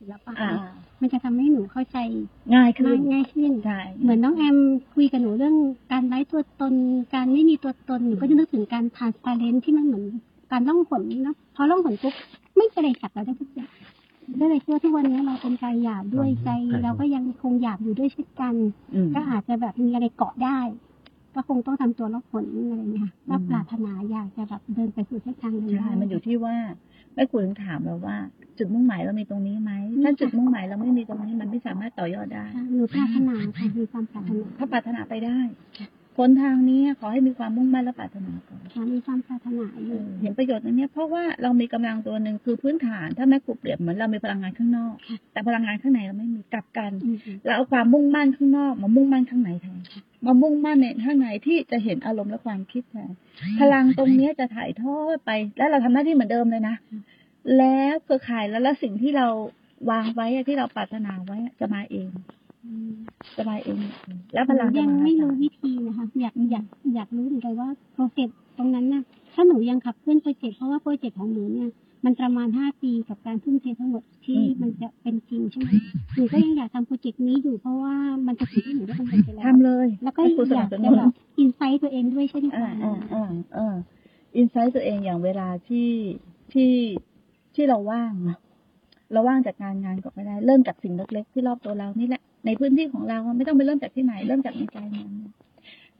ศิลปะ อ่า มันจะทำให้หนูเข้าใจ ง่ายขึ้น ง่ายขึ้น ใช่ เหมือนน้องแอมคุยกับหนูเรื่องการไร้ตัวตน การไม่มีตัวตนหนูก็จะนึกถึงการทานสปาเลนที่มันเหมือนการล่องหนเนาะพอล่องหนปุ๊บไม่เป็นไรจับเราได้ทุกอย่างได้เลยเชื่อทุกวันนี้เราเป็นใจหยาบด้วยใจเราก็ยังคงหยาบอยู่ด้วยเช่นกัน อืม ก็อาจจะแบบมีอะไรเกาะได้ ก็คงต้องทำตัวรับผลอะไรเงี้ยค่ะ อืม ถ้าปรารถนาอยากจะแบบเดินไปสู่เส้นทางนั้น ใช่ ได้ มันอยู่ที่ว่าแม่ครูถึงถามเราว่า จุดมุ่งหมายเรามีตรงนี้ไหมถ้าจุดมุ่งหมายเราไม่มีตรงนี้มันไม่สามารถต่อยอดได้ หนูปรารถนาค่ะมีความปรารถนา ถ้าปรารถนาไปได้คนทางนี้ขอให้มีความมุ่งมั่นและปรารถนาก่อน ค่ะมีความปรารถนาอ เอยู่ อเห็นประโยชน์ตรงเนี้ยเพราะว่าเรามีกำลังตัวหนึ่งคือพื้นฐาน ถ้าแม่ครูเปรียบเหมือนเรามีพลังงานข้างนอก แต่พลังงานข้างในเราไม่มีกลับกัน อืมค่ะ เราเอาความมุ่งมั่นข้างนอกมามุ่งมั่นข้างในแทนมามุ่งมั่นในข้างในที่จะเห็นอารมณ์และความคิดแทนพลังตรงเนี้ยจะถ่ายทอดไป แล้วเราทำหน้าที่เหมือนเดิมเลยนะ แล้วเครือข่ายแล้วแล้วสิ่งที่เราวางไว้อะที่เราปรารถนาไว้อะจะมาเองจะมาเอง แล้วพลัง หนู จะ ยัง มา ไม่รู้วิธีนะคะอยากอยากอยากรู้เหมือนกันว่าโปรเจกต์ตรงนั้นน่ะถ้าหนูยังขับเคลื่อนโปรเจกต์เพราะว่าโปรเจกต์ของหนูเนี่ยมันประมาณห้าปีกับการทุ่มเททั้งหมดที่มันจะเป็นจริงใช่ไหมหนูก็ยังอยากทำโปรเจกต์นี้อยู่เพราะว่ามันจะถึงที่หนูได้ทำไปแล้ว ทำเลย แล้วก็ ให้ อยาก ครูสนั จะ บสนุน แบบอินไซต์ตัวเองด้วยเช่นกั อ่าน อ่าอ่าอ่าอินไซต์ตัวเองอย่างเวลาที่ที่ที่เราว่างอะเราว่างจากงานงานก็ไม่ได้ เริ่มจากสิ่งเล็กๆที่รอบตัวเรานี่แหละ ในพื้นที่ของเราอะไม่ต้องไปเริ่มจากที่ไหน เริ่มจากในใจมัน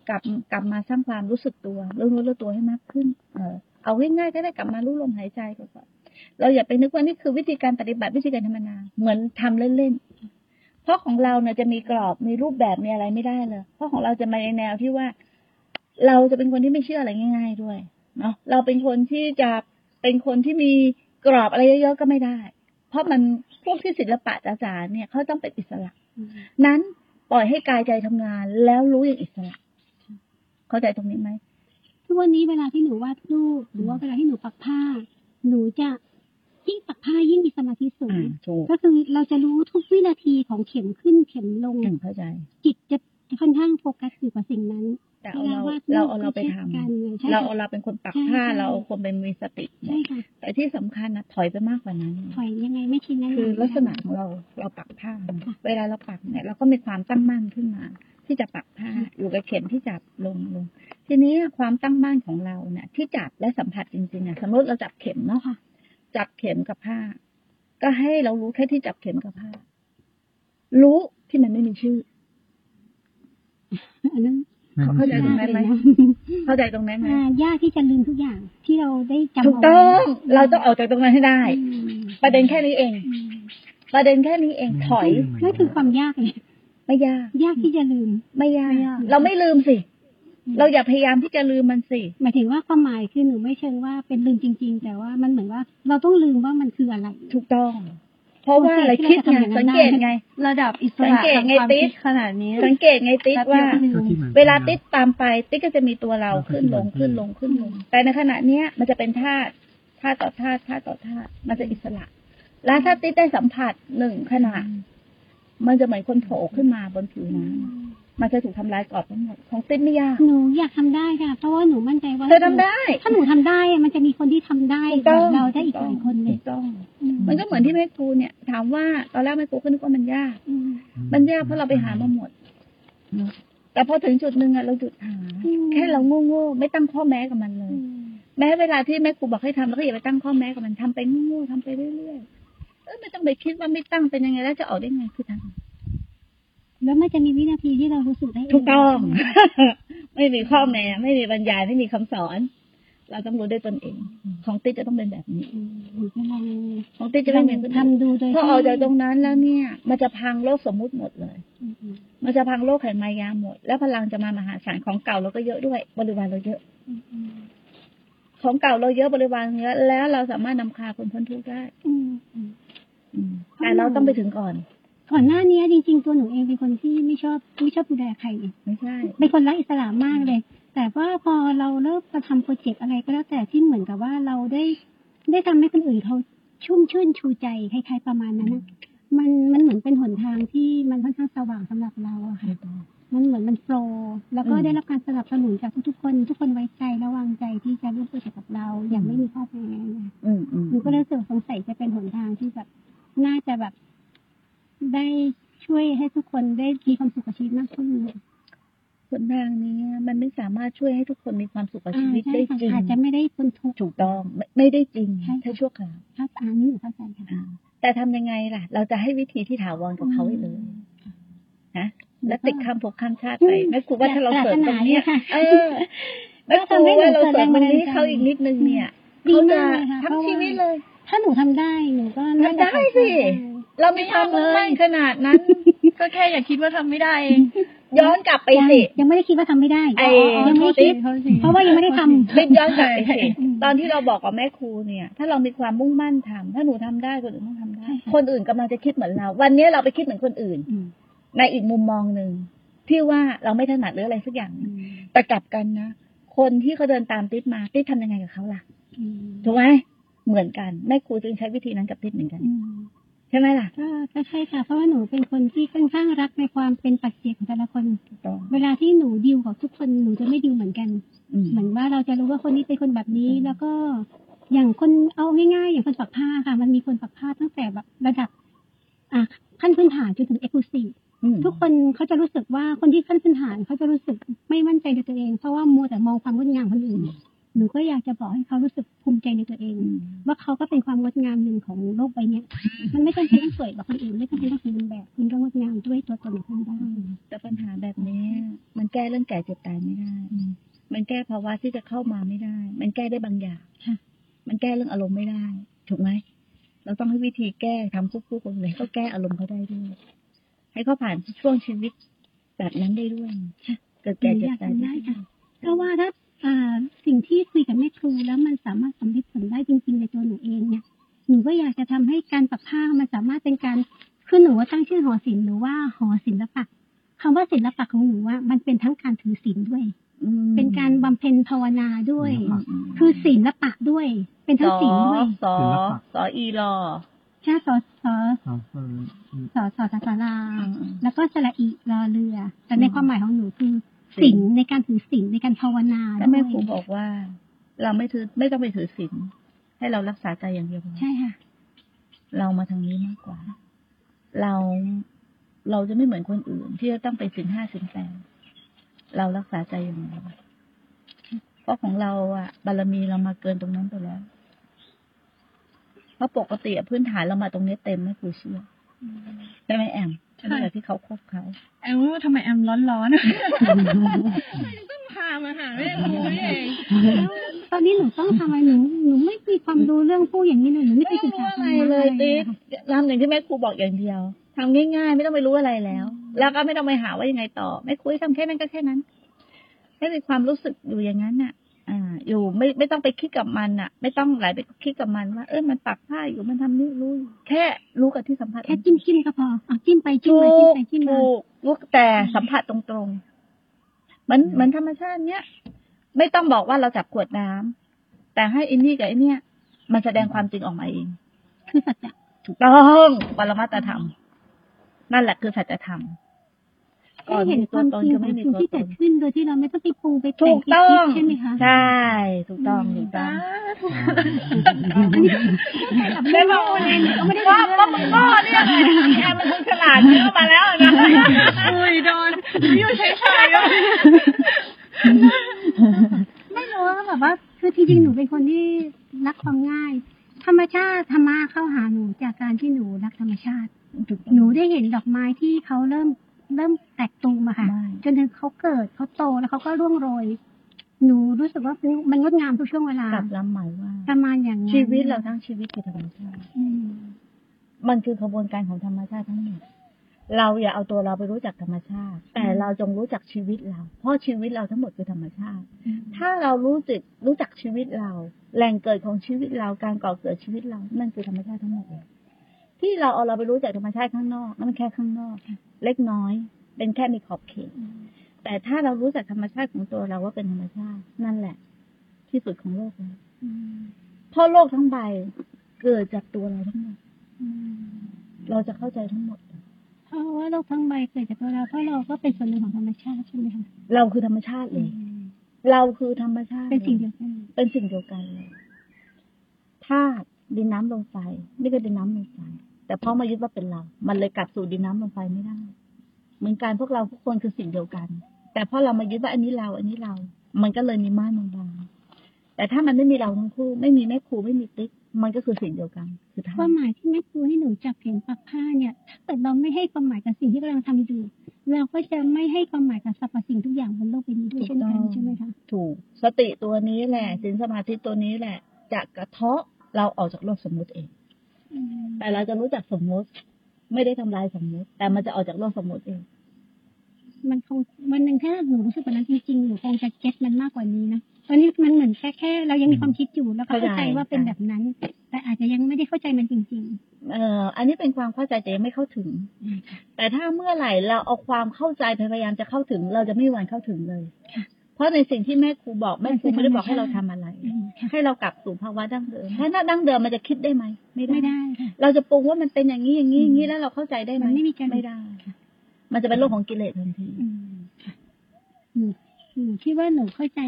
กลับกลับมาสร้างความรู้สึกตัวรู้รู้รู้ตัวให้มากขึ้น เออเอาง่ายๆก็ได้กลับมารู้ลมหายใจก่อนเราอย่าไปนึกว่านี่คือวิธีการปฏิบัติวิธีการธรรมนาเหมือนทำเล่นๆเพราะของเราเนี่ยจะมีกรอบมีรูปแบบมีอะไรไม่ได้เลย เพราะของเราจะมาในแนวที่ว่า เราจะเป็นคนที่ไม่เชื่ออะไรง่าย ๆด้วยเนาะเราเป็นคนที่จะเป็นคนที่มีกรอบอะไรเยอะๆก็ไม่ได้ เพราะมันพวกที่ศิลปะจ๋าๆเนี่ยเขาต้องเป็นอิสระ นั้นปล่อยให้กายใจทำงานแล้วรู้อย่างอิสระ เข้าใจตรงนี้ไหม ทุกวันนี้เวลาที่หนูวาดรูปหรือว่าเวลาที่หนูปักผ้า หนูจะยิ่งปักผ้ายิ่งมีสมาธิสู อ่าง ถูก ก็คือเราจะรู้ทุกวินาทีของเข็มขึ้นเข็มลง อืมเข้าใจ จิตจะค่อนข้างโฟกัสอยู่กับสิ่งนั้น แต่เอาเรา วล เราเอาเราไปก็ทำช่นกันไงใช่ เรา ค่ะ เอาเราเป็นคนปัก ใช่ ผ้า ใช่ เราเอาคนเป็นมีสติ ใช่ค่ะ แต่ที่สำคัญนะถอยไปมากกว่านั้น ถอยยังไงไม่ชินนั้น คือลักษณะของเราเราปักผ้านะเวลาเราปักเนี่ยเราก็มีความตั้งมั่นขึ้นมา ที่จะปักผ้าอยู่กับเข็มที่จับลงลง ทีนี้ความตั้งมั่นของเราเนี่ยที่จับและสัมผัสจริงๆอ่ะสมมติเราจับเข็มเนาะ ค่ะ จับเข็มกับผ้า ก็ให้เรารู้แค่ที่จับเข็มกับผ้า รู้ที่มันไม่มีชื่อ อันนั้น เข้าใจตรงนั้นไหม ยาก เข้าใจตรงนั้นไหม อ่ายากที่จะลืมทุกอย่างที่เราได้จำ ถูกต้องเราต้องออกจากตรงนั้นให้ได้ ใช่ ประเด็นแค่นี้เอง ประเด็นแค่นี้เอง ถอย นั่นคือความยากเลย ไม่ยาก ยากที่จะลืม ไม่ยา ไม่ยาก ก เราไม่ลืมสิ เราอย่าพยายามที่จะลืมมันสิ หมายถึงว่าความหมายคือหนูไม่เชิงว่าเป็นลืมจริง ๆ แต่ว่ามันเหมือนว่าเราต้องลืมว่ามันคืออะไร ถูกต้อง เพราะว่าอะไรคิดไงสังเกตไง ระดับอิส สัง ระ เกต ทาง ไง ความ ติ๊ คิ ด ดขนาดนี้ สังเกตไงติ๊กว่า แป๊บเดียก็ไม่รู้ เวลาติ๊กตามไปติ๊กก็จะมีตัวเราขึ้นลงขึ้นลงขึ้นลง แต่ในขณะเนี้ยมันจะเป็นธาตุธาตุต่อธาตุธาตุต่อธาตุมันจะอิสระ แล้วถ้าติ๊กได้สัมผัสหนึ่งขณะ มันจะเหมือนคนโผล่ขึ้นมาบนผิวน้ำมันจะถูกทำลายกรอบทั้งหมดของติ๊กไม่ยาก หนูอยากทำได้ค่ะ เพราะว่าหนูมั่นใจว่า เธอทำได้ ถ้าหนูทำได้อะมันจะมีคนที่ทำได้ ถูกต้อง เราได้อีกหลายคนเล ถู ย กต้อง อืม มันก็เหมือนที่แม่ครูเนี่ย ถามว่าตอนแรกแม่ครูก็นึกว่ามันยาก อืม มันยากเพราะเราไปหามาหมด แต่พอถึงจุดหนึ่งอะเราหยุดหา อืม แค่เราโง่ๆไม่ตั้งข้อแม้กับมันเลย แม้เวลาที่แม่ครูบอกให้ทำเราก็อย่าไปตั้งข้อแม้กับมันทำไปโง่ๆทำไปเรื่อยๆเออไม่ต้องไปคิดว่าไม่ตั้งเป็นยังไงแล้วจะออกได้ไงคือท แล้วมันจะมีวินาทีที่เรารู้สึกได้เ ำถูกต้อง ไม่มีข้อแม้ ไม่มีบรรยายไม่มีคำสอน เราต้องรู้ด้วยตนเอง ของติ๊กจะต้องเป็นแบบนี้ อืมหนูกำลัง ของติ๊กจะไม่เหมือนคนอื่น ทำดูโดย พอออกจากตรงนั้นแล้วเนี่ย มันจะพังโลกสมมุติหมดเลย อืมอืม มันจะพังโลกแห่งมายาหมด แล้วพลังจะมามหาศาลของเก่าเราก็เยอะด้วย บริวารเราเยอะ อืม ของเก่าเราเยอะบริวารเยอะแล้วเราสามารถนำพาคนพ้นทุกข์ได้ อืมอืม อืม อ๋อ แต่เราต้องไปถึงก่อน ก่อนหน้านี้จริง ๆ ตัวหนูเองเป็นคนที่ไม่ชอบไม่ชอบดูแลใครเลย ไม่ใช่ เป็นคนรักอิสระมากเลย แต่ว่าพอเราเริ่มมาทำโปรเจกต์อะไรก็แล้วแต่ที่เหมือนกับว่าเราได้ ได้ทำให้คนอื่นเขาชุ่มชื่นชูใจคล้ายๆประมาณนั้นนะมันมันเหมือนเป็นหนทางที่มันค่อนข้างสว่างสำหรับเราอะค่ะ ไม่ต้อง มันเหมือนมันโปรแล้วก็ อืม ได้รับการสนับสนุนจากทุกๆคน ทุกคนไว้ใจและวางใจที่จะร่วมโปรเจกต์กับเราอย่าง อืม ไม่มีข้อแม้นะคะ อืมอืม หนูก็เลยรู้สึกสงสัยจะเป็นหนทางที่แบบน่าจะแบบ ได้ช่วยให้ทุกคนได้มีความสุขกับชีวิตมากขึ้น คนทางนี้มันไม่สามารถช่วยให้ทุกคนมีความสุขกับชีวิต อ่า ได้ ใช่ค่ะ จริง อาจจะไม่ได้พ้นทุกข์ ถูกต้องไม่ไม่ได้จริง ใช่ค่ะ ถ้าชั่วคราว ครับอันนี้หนูเข้าใจค่ะ อ่าแต่ทำยังไงล่ะ เราจะให้วิธีที่ถาวรกับเขาไปเลย นะ และติดคำผูกคำชาติไปแม่ครูว่าถ้าเราเสริมตรงเนี้ย ปาถาค่ะ เออแล้วครูว่าเราเสริมตรงนี้ให้เขาอีกนิดนึงเนี่ย ดี เขาจะ มากเลยค่ะ ทั้งชีวิตเลย ถ้าหนูทำได้หนูก็น่าจะ ทำได้สิ เรามีความมุ่งมั่นขนาดนั้น ก็แค่อย่าคิดว่าทำไม่ได้เอง ย้อนกลับไป ยัง สิ ยังไม่ได้คิดว่าทำไม่ได้ ไอ้ ยังไม่ได้คิด โทษที เพราะว่ายังไม่ได้ทำ คิดย้อนกลับไปสิ อืม ตอนที่เราบอกกับแม่ครูเนี่ย ถ้าเรามีความมุ่งมั่นทำถ้าหนูทำได้คนอื่นต้องทำได้ ใช่ค่ะ คนอื่นกำลังจะคิดเหมือนเรา วันนี้เราไปคิดเหมือนคนอื่น อืม ในอีกมุมมองหนึ่งที่ว่าเราไม่ถนัดหรืออะไรสักอย่าง อืม แต่กลับกันนะคนที่เขาเดินตามติ๊บมาติ๊บทำยังไงกับเขาล่ะ อืม ถูกไหมเหมือนกันแม่ครูจึงใช้วิธีนั้นกับติ๊บเหมือนกัน อืม ใช่ไหมล่ะ ก็ก็ใช่ค่ะ เพราะว่าหนูเป็นคนที่ค่อนข้างรักในความเป็นปัจเจกของแต่ละคน ถูกต้อง เวลาที่หนูดิวกับทุกคนหนูจะไม่ดิวเหมือนกัน อืม เหมือนว่าเราจะรู้ว่าคนนี้เป็นคนแบบนี้ แล้วก็อย่างคนเอาง่ายๆ อย่างคนปักผ้าค่ะ มันมีคนปักผ้าตั้งแต่แบบระดับ อ่ะขั้นพื้นฐานจนถึงเอ็กซ์คลูซีฟ ทุกคนเขาจะรู้สึกว่าคนที่ขั้นพื้นฐานเขาจะรู้สึกไม่มั่นใจในตัวเอง เพราะว่ามัวแต่มองความงดงามคนอื่น หนูก็อยากจะบอกให้เขารู้สึกภูมิใจในตัวเอง ว่าเขาก็เป็นความงดงามหนึ่งของโลกใบเนี้ย มันไม่จำเป็นต้องสวยแบบคนอื่นไม่จำเป็นต้องสวยเป็นแบบคุณก็งดงามด้วยตัวตนของคุณได้ แต่ปัญหาแบบนี้ มันแก้เรื่องแก่เจ็บตายไม่ได้ มันแก้ภาวะที่จะเข้ามาไม่ได้ มันแก้ได้บางอย่าง ค่ะ มันแก้เรื่องอารมณ์ไม่ได้ ถูกไหมเราต้องให้วิธีแก้ทำควบคู่กันเลยก็แก้อารมณ์เขาได้ด้วยให้เขาผ่านช่วงชีวิตแบบนั้นได้ด้วย ค่ะ เกิดแก่เจ็บอตายยากทำได้ค่ะ ก็ว่าถ้าอ่าสิ่งที่คุยกับแม่ครูแล้วมันสามารถสำเร็จผลได้จริงๆในตัวหนูเองเนี่ยหนูก็อยากจะทำให้การปักผ้ามันสามารถเป็นการคือหนูว่าตั้งชื่อหอศิลป์หรือว่าหอศิลปะคำว่าศิลปะของหนูว่ามันเป็นทั้งการถือศีลด้วย อืม เป็นการบำเพ็ญภาวนาด้วย อืมม คือศิลปะด้วย เป็นทั้งศีลด้วย สอสออีรอ ใช่สอสอ ครับเออ สอสอสาสารา อืมอืม แล้วก็สระอีรอเรือ แต่ใน อืม ความหมายของหนูคือศีลในการถือศีลในการภาวนา แต่ ด้ว แม่ ย ครูบอกว่า เราไม่ถือไม่ต้องไปถือศีลให้เรารักษาใจอย่างเดียวพอ ใช่ค่ะ เรามาทางนี้มากกว่า เราเราจะไม่เหมือนคนอื่น ที่จะต้องไปสินห้าสินแปดเรารักษาใจอย่างไรเพราะของเราอะบารมีเรามาเกินตรงนั้นไปแล้ว เพราะปกติอะพื้นฐานเรามาตรงนี้เต็มนะครูเชื่อใช่ไหมแอมใช่ไหมแบบที่เขาคบเขา แอมว่าทำไมแอมร้อนร้อนๆ ต้องพามาหาแม่ครูนี่เอง แล้ว ตอนนี้หนูต้องทำอะไรหนูหนูไม่มีความรู้เรื่องผู้อย่างนี้เลยหนูไม่เค ไม่ ยศึก รู้ ษา อะไรเลยติ๊ก ค่ะ ทำอย่างที่แม่ครูบอกอย่างเดียวทำง่ายๆ ไม่ต้องไปรู้อะไรแล้ว แล้วก็ไม่ต้องไปหาว่ายังไงต่อแม่ครูให้ทำแค่นั้นก็แค่นั้นให้มีความรู้สึกอยู่อย่างนั้นน่ะ อ่า อยู่ไม่ไม่ต้องไปคิดกับมันน่ะ ไม่ต้องไหลไปคิดกับมันว่าเออมันปักผ้าอยู่มันทำนี่รู้อยู่แค่รู้กับที่สัมผัส แค่จิ้มจิ้มๆก็พอเอาจิ้มไปจิ้ม ถู มาจิ้ม ก ไปจิ้มมา ถูกรู้แต่สัมผัสตรงๆเหมือนเหมือนธรรมชาติเนี้ยไม่ต้องบอกว่าเราจับขวดน้ำแต่ให้ไอินนี่กับไอเนี้ยมันแสดงความจริงออกมาเอง คือสัจจะ ถูกต้องปรมาตถธรรม นั่นแหละคือสัจธรรม ให้เห็นความจริงของสิ่งที่เกิดขึ้นโดยที่เราไม่ต้องไปปูไปแต่ ถู ง กต้อง คิดๆใช่ไหมคะ ใช่ถูกต้องถูกต้ จ้า อง ถูก แม่บางคนเองหนูก็ไม่ได้รู้เรื่องอะไร ก็เนี่ยไงแอมมันคงฉลาดเยอะมาแล้วนะ อุ้ยโดนอยู่เฉยๆอะ ไม่รู้ว่าแบบว่า คือจริงๆหนูเป็นคนที่รักความง่าย ธรรมชาติธรรมะเข้าหาหนูจากการที่หนูรักธรรมชาติ ถูก หนูได้เห็นดอกไม้ที่เขาเริ่มเริ่มแตกตูมอะค่ะ จนถึงเขาเกิดเขาโตแล้วเขาก็ร่วงโรย หนูรู้สึกว่ามันงดงามทุกช่วงเวลา กลับล้ำหมายว่า ประมาณอย่างนั้น ชีวิตเราทั้งชีวิตคือธรรมชาติ อืม มันคือกระบวนการของธรรมชาติทั้งหมดเราอย่าเอาตัวเราไปรู้จักธรรมชาติ แต่เราจงรู้จักชีวิตเรา เพราะชีวิตเราทั้งหมดคือธรรมชาติ ถ้าเรารู้จักรู้จักชีวิตเรา แหล่งเกิดของชีวิตเราการก่อเกิดชีวิตเรา นั่นคือธรรมชาติทั้งหมดเลยที่เราเอาเราไปรู้จักธรรมชาติข้างนอกนั่นมันแค่ข้างนอก เล็กน้อย เป็นแค่มีขอบเขตแต่ถ้าเรารู้จักธรรมชาติของตัวเราว่าเป็นธรรมชาติ นั่นแหละ ที่สุดของโลกเลยเพราะโลกทั้งใบเกิดจากตัวเราทั้งหมดเราจะเข้าใจทั้งหมด เพราะว่าโลกทั้งใบเกิดจากตัวเราเพราะเราก็เป็นส่วนหนึ่งของธรรมชาติใช่ไหมคะ เราคือธรรมชาติเลย เราคือธรรมชาติ เป็นสิ่ง ล เดียวกัน เป็นสิ่งเดียวกันเลยธาตุดินน้ำลมไฟนี่ก็ดินน้ำลมไฟ แต่พ่อมายึดว่าเป็นเรา มันเลยกัดสู่ดินน้ำลมไฟไม่ได้ เหมือนกันพวกเราทุกคนคือสิ่งเดียวกัน แต่พอเรามายึดว่าอันนี้เรา อันนี้เรา มันก็เลยมีม่านบางๆแต่ถ้ามันไม่มีเราทั้งคู่ ไม่มีแม่ครูไม่มีติ๊ก มันก็คือสิ่งเดียวกัน คือ ควา ท่าม หมายที่แม่ครูให้หนูจับเข็มปักผ้าเนี่ย ถ้าเกิดเราไม่ให้ความหมายกับสิ่งที่กำลังทำอยู่เราก็จะไม่ให้ความหมายกับสรรพสิ่งทุกอย่างบนโลกใบนี้ด้วยเช่นกันใช่ไหมคะ ถูก สติตัวนี้แหละสินสมาธิตัวนี้แหละ จะกระเทาะเราออกจากโลกสมมุติเอง แต่เราจะรู้จักสมมุติ ไม่ได้ทำลายสมมุติ แต่มันจะออกจากโลกสมมุติเอง มันคงวันหนึ่งถ้าหนูรู้สึกแบบนั้นจริงๆหนูคงจะเก็ตมันมากกว่านี้นะตอนนี้มันเหมือนแค่แค่ เรายังมีความคิดอยู่แล้วก็เข้า เข้าใจ ใจว่าเป็นแบบนั้น แต่อาจจะยังไม่ได้เข้าใจมันจริง เอ่ออันนี้เป็นความเข้าใจแต่ยังไม่เข้าถึง อืมค่ะ แต่ถ้าเมื่อไหร่เราเอาความเข้าใจไปพยายามจะเข้าถึง เราจะไม่มีวันเข้าถึงเลย ค่ะ เพราะในสิ่งที่แม่ครูบอกแม่ครูไม่ได้บอกให้เรา มันคือธ ทำ รรมชาติ อะไร อืมค่ะ ให้เรากลับสู่ภาวะดั้งเดิมถ้าดั้งเดิมมันจะคิดได้ไหมไม่ได้ ไม่ได้ค่ะ เราจะปรุงว่ามันเป็นอย่างนี้อย่างนี้อย่างนี้แล้วเราเข้าใจได้ไหม มันไม่มีการ ไม่ได้ มันจะเป็นโลกของกิเลสทันที อืมค่ะหนูหนูคิดว่าหนูเข้าใจ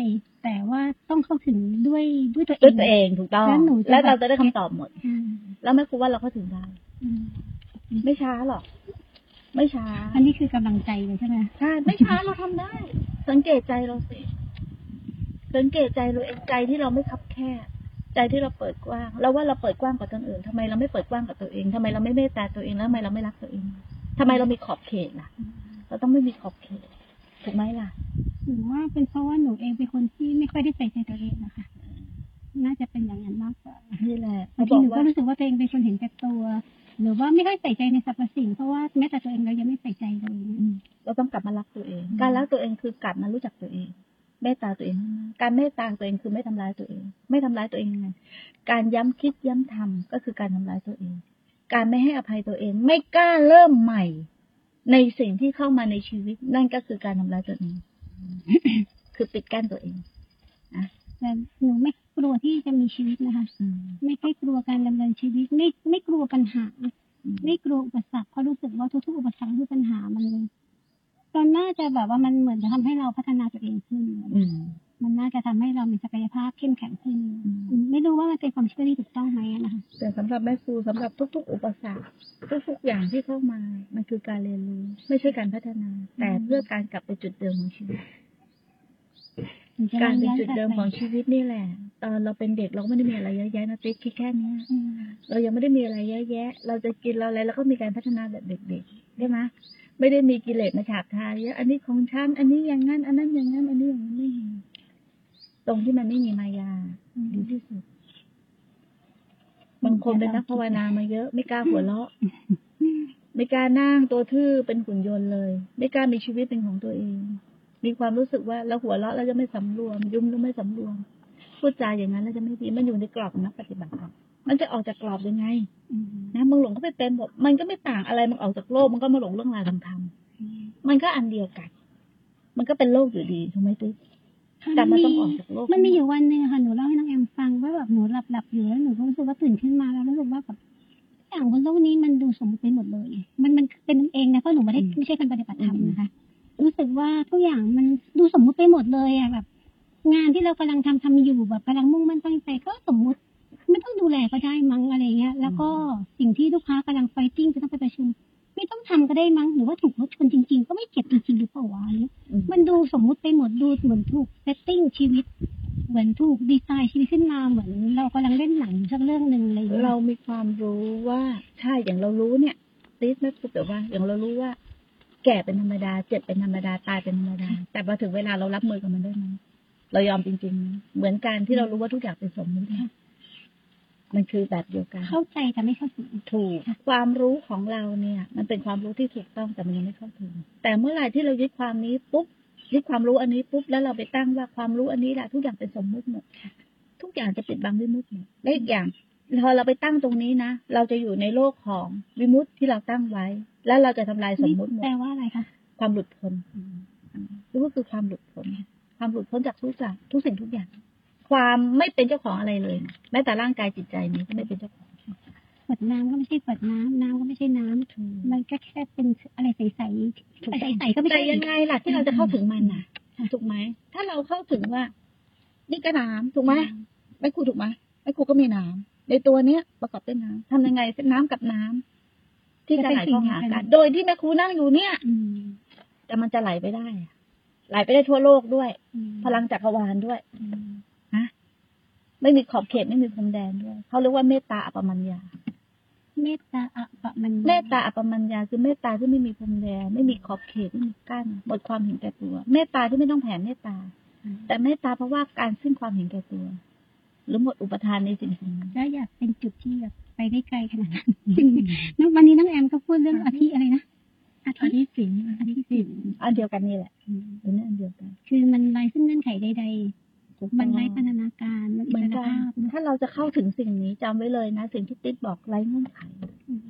แต่ว่าต้องเข้าถึงด้วยด้วยตัวเอ ด้วย ง ตัวเองถูกต้อง แล้วหนูจะ แล้วเราจะได้คำตอบหมด ค่ะ แล้วแม่ครูว่าเราเข้าถึงได้ อืม ไม่ช้าหรอกไม่ช้า อันนี้คือกำลังใจเลยใช่ไหม ใช่ไม่ช้าเราทำได้ สังเกตใจเราสิสังเกตใจเราเองใจที่เราไม่คับแคบใจที่เราเปิดกว้างเราว่าเราเปิดกว้างกว่าคนอื่นทำไมเราไม่เปิดกว้างกับตัวเองทำไมเราไม่เมตตาตัวเองแล้วทำไมเราไม่รักตัวเองทำไมเรามีขอบเขตล่ะ เราต้องไม่มีขอบเขตถูกไหมล่ะ หนูว่าเป็นเพราะว่าหนูเองเป็นคนที่ไม่ค่อยได้ใส่ใจตัวเองนะคะน่าจะเป็นอย่างนั้นมากกว่า นี่แหละ บา เขา ง บ ทีหนูอกก็ ว่า รู้สึกว่าตัวเองเป็นคนเห็นแก่ตัว หรือว่าไม่ค่อยใส่ใจในสรรพสิ่ง เพราะว่าแม้แต่ตัวเองเรายังไม่ใส่ใจเลย อืมเราต้องกลับมารักตัวเอง การรักตัวเองคือกลับมารู้จักตัวเอง เมตตาตัวเอง การเมตตาตัวเองคือไม่ทำร้ายตัวเอง ไม่ทำร้ายตัวเองยังไงการย้ำคิดย้ำทำก็คือการทำร้ายตัวเอง การไม่ให้อภัยตัวเอง ไม่กล้าเริ่มใหม่ ในสิ่งที่เข้ามาในชีวิต นั่นก็คือการทำร้ายตัวเอง คือปิดกั้นตัวเอง แต่หนูไม่กลัวที่จะมีชีวิตนะคะ อืม ไม่ค่อยกลัวการดำเนินชีวิต ไม่ไม่กลัวปัญหา อืม ไม่กลัวอุปสรรคเพราะรู้สึกว่าทุกๆอุปสรรคทุกปัญหามันมันน่าจะแบบว่ามันเหมือนจะทำให้เราพัฒนาตัวเองขึ้น อืม มันน่าจะทำให้เรามีศักยภาพเข้มแข็งขึ้น อืม ไม่รู้ว่ามันเป็นความเชื่อที่ถูกต้องไหมอะนะคะ แต่สำหรับแม่ครูสำหรับทุก ๆ อุปสรรคทุกๆอย่างที่เข้ามา มันคือการเรียนรู้ ไม่ใช่การพัฒนา แต่เพื่อการกลับไปจุดเดิมของชีวิต หนูจะ การเป็น ย้อน จุด กลับ เดิม ไป ของชีวิตนี่แหละ ตอนเราเป็นเด็กเราก็ไม่ได้มีอะไรเยอะแยะนะติ๊กคิดแค่เนี้ย อืม เรายังไม่ได้มีอะไรเยอะแยะ เราจะกินเราอะไรแล้วก็มีการพัฒนาแบบเด็กๆได้ไหมไม่ได้มีกิเลสมาฉาบทาเยอะอันนี้ของฉันอันนี้อย่างนั้น อันนั้นอย่างนั้น อันนี้อย่างนั้นไม่มีตรงที่มันไม่มีมายาดีที่สุดบางคนเป็นนักภาวนามาเยอะ ไม่กล้าหัวเราะ ไม่กล้านั่งตัวทื่อเป็นหุ่นยนต์เลย ไม่กล้ามีชีวิตเป็นของตัวเอง มีความรู้สึกว่าเราหัวเราะแล้วจะไม่สำรวม ยุ่มแล้วไม่สำรวม พูดจาอย่างนั้นแล้วจะไม่ดีมันอยู่ในกรอบของนักปฏิบัติธรรมมันจะออกจากกรอบยังไง อืม นะมึงหลงก็ไปเป็นหมดมันก็ไม่ต่างอะไรมันออกจากโลกมันก็มาหลงเรื่องราวทางธรรมมันก็อันเดียวกัน มันก็เป็นโลกอยู่ดีถูกไหมติ๊กแต่มันต้องออกจากโลก มันมีอยู่วันหนึ่งอะค่ะหนูเล่าให้น้องแอมฟังว่าแบบหนูหลับหลับอยู่แล้วหนูก็รู้สึกว่าตื่นขึ้นมาแล้วรู้สึกว่าแบบทุกอย่างบนโลกนี้มันดูสมบูรณ์ไปหมดเลย มันมันเป็นเองนะเพราะหนูไม่ได้ไม่ใช่การปฏิบัติธรรมนะคะ รู้สึกว่าทุกอย่างมันดูสมมุติไปหมดเลยอะแบบ งานที่เรากำลังทำทำอยู่แบบกำลังมุ่งมั่นตั้งใจก็สมมุติ ไม่ต้องดูแลก็ได้มั้งอะไรเงี้ย แล้วก็สิ่งที่ลูกค้ากำลังไฟติ้งจะต้องไปประชุมไม่ต้องทำก็ได้มั้งหรือว่าถูกรถชนจริง ๆ ก็ไม่เจ็บจริงๆหรือเปล่าวะอะไรเงี้ย อืม มันดูสมมุติไปหมดดูเหมือนถูกเซตติ้งชีวิต เหมือนถูกดีไซน์ชีวิตขึ้นมาเหมือนเรากำลังเล่นหนังอยู่สักเรื่องหนึ่งอะไรอย่างเลย เรามีความรู้ว่าใช่อย่างเรารู้เนี่ยติ๊กแม่พูดแต่ว่า อย่างเรารู้ว่า แก่เป็นธรรมดา เจ็บเป็นธรรมดาตายเป็นธรรมดา แต่พอถึงเวลาเรารับมือกับมันได้ไหมเรายอมจริงๆไหมเหมือนการที่เรารู้ว่าทุกอย่างเป็นสมมติมันคือแบบเดียวกัน เข้าใจแต่ไม่เข้าถึง ถูกความรู้ของเราเนี่ย มันเป็นความรู้ที่ถูกต้องแต่มันยังไม่เข้าถึง แต่เมื่อไหร่ที่เรายึดความนี้ปุ๊บยึดความรู้อันนี้ปุ๊บแล้วเราไปตั้งว่าความรู้อันนี้แหละทุกอย่างเป็นสมมุติหมดทุกอย่างจะปิดบังวิมุตติหมดและอีกอย่างพอเราไปตั้งตรงนี้นะเราจะอยู่ในโลกของวิมุตติที่เราตั้งไว้ แล้วเราจะทำลายสมมุติหมด แปลว่าอะไรคะ ความหลุดพ้นนี่ก็คือความหลุดพ้นความหลุดพ้นจากทุกอย่างทุกสิ่งทุกอย่าง ความไม่เป็นเจ้าของอะไรเลยนะแม้แต่ร่างกายจิตใจนี้ก็ไม่เป็นเจ้าของ ขวดน้ำก็ไม่ใช่ขวดน้ำน้ำก็ไม่ใช่น้ำมันก็แค่เป็นอะไรใสๆแต่ใสๆก็ไม่ แต่ ใช่ ยังไงล่ะที่เราจะเข้าถึงมันน่ะถูกไหมถ้าเราเข้าถึงว่า นี่ก็น้ำถูกไหมไม่ครูถูกไหมไม่ครูก็มีน้ำในตัวเนี้ยประกอบด้วยน้ำทำยังไงน้ำกับน้ำ ที่จะไหลเข้าหากัน โดยที่แม่ครูนั่งอยู่เนี่ย อืม แต่มันจะไหลไปได้อะไหลไปได้ทั่วโลกด้วย อืม พลังจักรวาลด้วยนะไม่มีขอบเขตไม่มีพรมแดนด้วยเขาเรียกว่าเมตตาอปมัญญา เมตตาอะปะมัน เมตตาอปมัญญาคือเมตตาที่ไม่มีพรมแดนไม่มีขอบเขตไม่มีกั้นหมดความเห็นแก่ตัว เมตตาที่ไม่ต้องแผ่เมตตา แต่เมตตาเพราะว่าการสิ้นความเห็นแก่ตัว หรือหมดอุปทานในสิ่งสิ่งนั้น แล้วอยากเป็นจุดที่แบบไปได้ไกลขนาด นั้นน้องวันนี้น้องแอมก็พูดเรื่องอาทิอะไรนะอา อัน ทิ นี้สิง อาทิสิบ อันเดียวกันนี่แหละเป็นเรื่องอันเดียวกัน คือมันไร้ซึ่งเงื่อนไขใด ถูก ๆ ต้ มั อน ง ไร้พันธนาการมัน เห อิสมือน ระ กัภนาพ ถ้าเราจะเข้าถึงสิ่งนี้จำไว้เลยนะ สิ่งที่ติ๊ดบอกไร้เงื่อนไข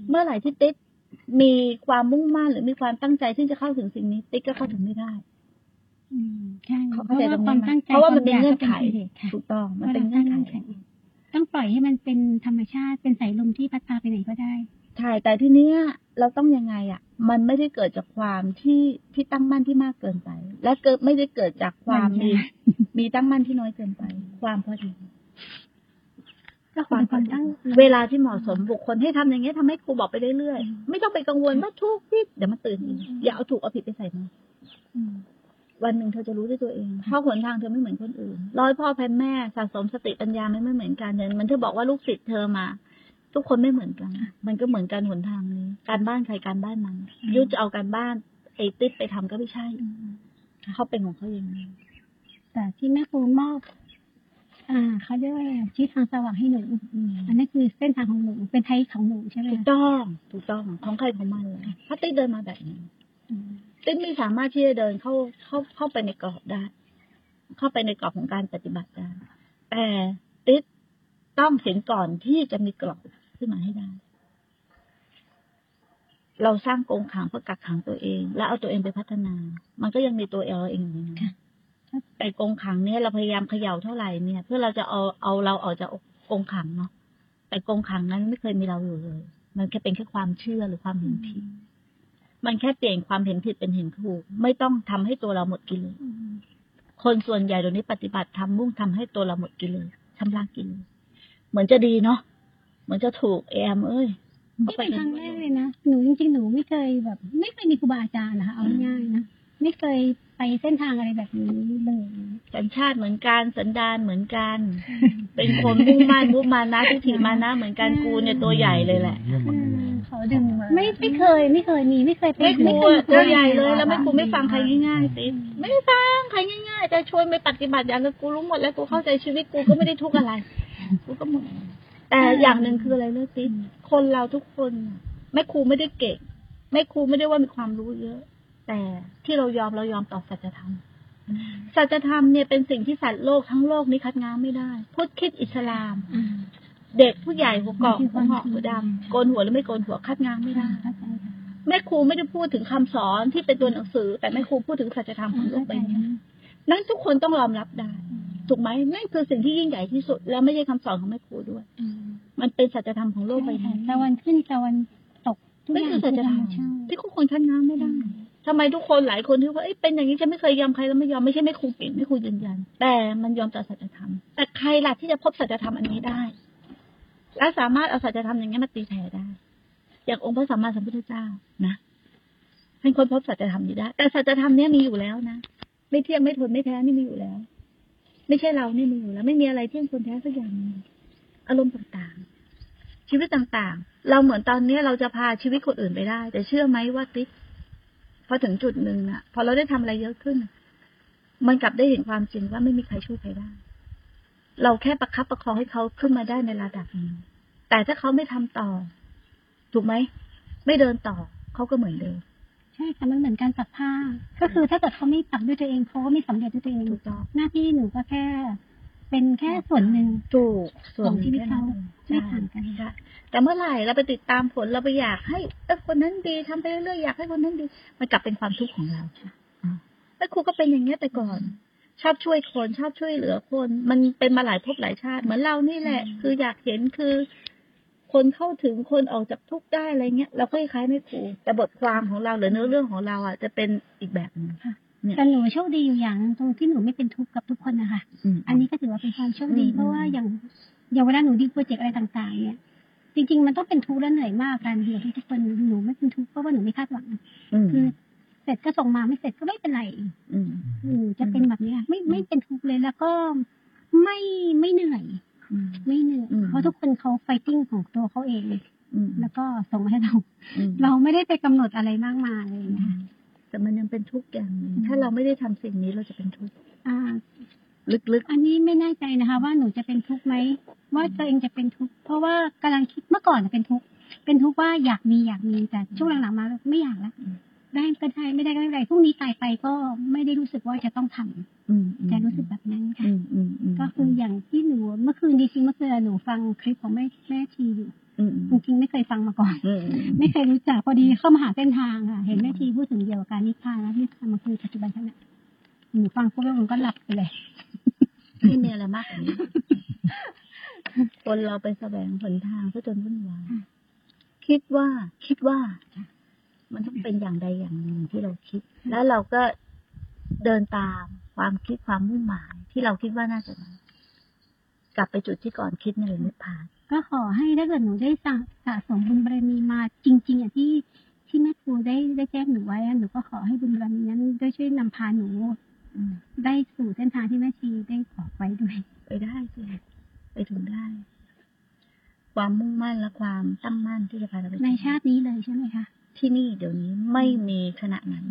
เมื่อไหร่ที่ติ๊ดมีความมุ่งมั่นหรือมีความตั้งใจที่จะเข้าถึงสิ่งนี้ ติ๊ดก็เข้าถึงไม่ได้ อืมใช่ เขา เพ เข้าใจ ราะ ต ว่า รง ความนี้ไหม ตั้งใจ เพราะว่ามันเป็นเงื่อนไข ความยากก็กิเลสค่ะ ถูกต้องมันเป็นเงื่อนไข ต้องปล่อยให้มันเป็นธรรมชาติเป็นสายลมที่พัดพาไปไหนก็ได้ ใช่แต่ที่เนี้ยเราต้องยังไงอ่ะ มันไม่ได้เกิดจากความที่ที่ตั้งมั่นที่มากเกินไป และเกิดไม่ได้เกิดจากความ มันใช่ มีมีตั้งมั่นที่น้อยเกินไป ความพอดี ก็ควรเป็นคนตั้ง เวลาที่เหมาะสมบุคคลให้ทำอย่างเงี้ยทำให้ครูบอกไปเรื่อยๆไม่ต้องไปกังวลว่าทุกที่เดี๋ยวมันตื่นเอง อืม อย่าเอาถูกเอาผิดไปใส่มันวันหนึ่งเธอจะรู้ด้วยตัวเองเพราะหนทางเธอไม่เหมือนคนอื่น ร้อยพ่อพันแม่สะสมสติปัญญาไม่ไม่เหมือนกันเดินมันเธอบอกว่าลูกศิษย์เธอมา ทุกคนไม่เหมือนกัน มันก็เหมือนกันหนทางนี้ การบ้านใครการบ้านมันยุทธจะเอาการบ้านไอ้ติดไปทำก็ไม่ใช่เขาเป็นของเขาเอง แต่ที่แม่ครูมอบอ่าเขาเรียกว่าอะไรอะชี้ทางสว่างให้หนูอันนั้นคือเส้นทางของหนูเป็นไทยของหนูใช่ไหม ถูก คะ ต้องถูกต้องของใครของมันเลยถ้าติดเดินมาแบบนี้ อืม ซึ่งไม่สามารถที่จะเดินเข้าเข้าเข้าไปในกรอบได้ เข้าไปในกรอบของการปฏิบัติได้ แต่ติ๊ดต้องเห็นก่อนที่จะมีกรอบขึ้นมาให้ได้ เราสร้างกรงขังเพื่อกักขังตัวเอง แล้วเอาตัวเองไปพัฒนา มันก็ยังมีตัวเราเองอยู่นะแต่กรงขังเนี่ยเราพยายามเขย่าเท่าไหร่เนี่ย เพื่อเราจะเอาเอาเราออกจากกรงขังเนาะแต่กรงขังนั้นไม่เคยมีเราอยู่เลย มันแค่เป็นแค่ความเชื่อหรือความเห็นผิด มันแค่เปลี่ยนความเห็นผิดเป็นเห็นถูก ไม่ต้องทำให้ตัวเราหมดกิเลสคนส่วนใหญ่เดี๋ยวนี้ปฏิบัติทำมุ่งทำให้ตัวเราหมดกิเลสชำระกิเลสเหมือนจะดีเนาะเหมือนจะถูกแอมเอ้ย นี่เป็นครั้งแรกเลยนะหนูจริงๆหนูไม่เคยแบบ ไม่เคยมีครูบาอาจารย์นะคะเอาง่ายๆนะไม่เคยไปเส้นทางอะไรแบบนี้เลย สัญชาติเหมือนกันสันดานเหมือนกัน เป็นคนมุ่งมั่นมุ่งมานะทิฏฐิมานะ เหมือนกันกูเนี่ยตัวใหญ่เลยแหละ เรื่องมันเป็นอย่างนั้น เขาดึงมา ไม่ไม่เคย ไม่เคยมีไม่เคยเป็น ไม่ครู เคยมี เจ้าาใหญ่ อาจาร เลยแล้วไม่ครูไม่ฟังใครง่ายๆสิไม่ได้ฟังใครง่ายๆจะชวนไปปฏิบัติอย่างนั้นกูรู้หมดแล้วกูเข้าใจชีวิตกูก็ไม่ได้ทุกข์อะไรกูก็หมดแต่อย่างหนึ่งคืออะไรเลือกติคนเราทุกคนน่ะแม่ครูไม่ได้เก่งแม่ครูไม่ได้ว่ามีความรู้เยอะ แต่ที่เรายอมเรายอมต่อสัจธรรมสัจธรรมเนี่ยเป็นสิ่งที่สัตว์โลกทั้งโลกนี้คัดง้างไม่ได้พุทธคริดอิสลาม เด็กผู้ใหญ่หัวเกาะหัวเหอกหัวดำโกนหัวหรือไม่โกนหัวคัดง้างไม่ได้ แม่ครูไม่ได้พูดถึงคำสอนที่เป็นตัวหนังสือ แต่แม่ครูพูดถึงสัจธรรมของโลกใบนี้นั่นทุกคนต้องยอมรับได้ ถูกไหมนั่นคือสิ่งที่ยิ่งใหญ่ที่สุด และไม่ใช่คำสอนของแม่ครูด้วย มันเป็นสัจธรรมของโลกใบนี้ ตะวันขึ้นตะวันตกทุก นั่น อย่าง คือสัจธรรม ใช่ ที่ทุกคนคัดง้างไม่ได้ทำไมทุกคนหลายคนที่ว่าเอ้ยเป็นอย่างนี้ฉันไม่เคยยอมใครแล้วไม่ยอมไม่ใช่แม่ครูเก่งแม่ครูยืนยัน แต่มันยอมต่อสัจธรรม แต่ใครล่ะที่จะพบสัจธรรมอันนี้ได้ และสามารถเอาสัจธรรมอย่างนี้มาตีแผ่ได้ อย่างองค์พระสัมมาสัมพุทธเจ้านะให้คนพบสัจธรรมนี้ได้ แต่สัจธรรมเนี้ยมีอยู่แล้วนะ ไม่เที่ยงไม่ทนไม่แท้นี่มีอยู่แล้ว ไม่ใช่เรานี่มีอยู่แล้ว ไม่มีอะไรเที่ยงทนแท้สักอย่างหนึ่งอารมณ์ต่างๆ ชีวิตต่างๆ เราเหมือนตอนเนี้ยเราจะพาชีวิตคนอื่นไปได้ แต่เชื่อไหมว่าติ๊กพอถึงจุดหนึ่งน่ะ พอเราได้ทำอะไรเยอะขึ้น มันกลับได้เห็นความจริงว่าไม่มีใครช่วยใครได้ เราแค่ประคับประคองให้เขาขึ้นมาได้ในระดับหนึงแต่ถ้าเขาไม่ทำต่อ ถูกไหม ไม่เดินต่อเขาก็เหมือนเดิม ใช่ค่ะมันเหมือนการตักผ้า ก็คือถ้าเกิดเขาไม่ตักด้วยตัวเองเขาก็ไม่สำเร็จด้วยตัวเอง ถูกต้อง หน้าที่หนูก็แค่ เป็นแค่ส่วนหนึ่ง ถูก ของชีวิตเขา ใช่ ไม่ต่างกัน ใช่แต่เมื่อไหร่เราไปติดตามผลเราไปอยากให้เออคนนั้นดีทำไปเรื่อยๆอยากให้คนนั้นดี มันกลับเป็นความทุกข์ของเราค่ะแม่ครูก็เป็นอย่างเงี้ยแต่ก่อน ชอบช่วยคนชอบช่วยเหลือคน มันเป็นมาหลายภพหลายชาติ เหมือนเรานี่แหละ คืออยากเห็นคือ คนเข้าถึงคนออกจากทุกข์ได้อะไรเงี้ยเราก็คล้ายๆไม่ครูแต่บทความของเราหรือเนื้อเรื่องของเราอ่ะจะเป็นอีกแบบหนึง แต่หนูโชคดีอยู่อย่างหนึงตรงที่หนูไม่เป็นทุกข์กับทุกคนนะคะ อันนี้ก็ถือว่าเป็นความโชคดี อืม เพราะว่าอย่างอย่างเวลาหนูดีโปรเจกต์อะไรต่าง ๆ เนี่ย จริง ๆ มันต้องเป็นทุกข์และเหนื่อยมากการเดียวที่ทุกคนหนูไม่เป็นทุกข์เพราะว่าหนูไม่คาดหวัง อืม คือเสร็จก็ส่งมาไม่เสร็จก็ไม่เป็นไร อืม หนูจะเป็นแบบเนี้ยไม่ไม่เป็นทุกข์เลยแล้วก็ไม่ไม่เหนื่อย อืม ไม่เหนื่อย อืม เพราะทุกคนเขาไฟติ้งของตัวเขาเอง อืม แล้วก็ส่งมาให้เรา อืม เราไม่ได้ไปกำหนดอะไรมากมายอะไรอย่างเงี้ย แต่มันยังเป็นทุกข์อย่างหนึ่ง อืม ถ้าเราไม่ได้ทำสิ่งนี้เราจะเป็นทุกข์ อ่า ลึก อันนี้ไม่แน่ใจนะคะ ว่าหนูจะเป็นทุกข์ไหมว่าตัวเองจะเป็นทุกข์เพราะว่ากำลังคิดเมื่อก่อนเป็นทุกข์เป็นทุกข์ว่าอยากมีอยากมีแต่ช่วงหลังๆมาไม่อยากละได้ก็ได้ไม่ได้ก็ไม่เป็นไรพรุ่งนี้ตายไปก็ไม่ได้รู้สึกว่าจะต้องทำ ๆอืม แต่รู้สึกแบบนั้นค่ะ อืมอืมม ก็คืออย่างที่หนูเมื่อคืนจริงๆเมื่อคืนหนูฟังคลิปของแม่แม่ชีอยู่ อืม จริงๆไม่เคยฟังมาก่อน อืมอืม ไม่เคยรู้จักพอดีเข้ามาหาเส้นทางค่ะ เห็นแม่ชีพูดถึงเกี่ยวกับการนิพพานแล้วนิพพานมันคือปัจจุบันขณะหนูฟังพวกเราก็หลับไปเลย ไม่มีอะไรมากกว่านี้คนเราไปแสวงหนทางก็จนวุ่นวาย ค่ะ คิดว่า คิดว่า มันต้องเป็นอย่างใดอย่างหนึ่งที่เราคิด แล้วเราก็เดินตามความคิดความมุ่งหมาย ที่เราคิดว่าน่าจะนั้นกลับไปจุดที่ก่อนคิดนี่เลยนิพพาน ก็ขอให้ถ้าเกิดหนูได้สะสะสมบุญบารมีมาจริง ๆอย่างที่ที่แม่ครูได้ได้แจ้งหนูไว้อะหนูก็ขอให้บุญบารมีนั้นได้ช่วยนำพาหนู อืม ได้สู่เส้นทางที่แม่ชีได้บอกไว้ด้วย ไปได้สิไปถึงได้ ความมุ่งมั่นและความตั้งมั่นที่จะพาเราไป ในชาตินี้เลยใช่ไหมคะ ที่นี่เดี๋ยวนี้ไม่มีขณะนั้น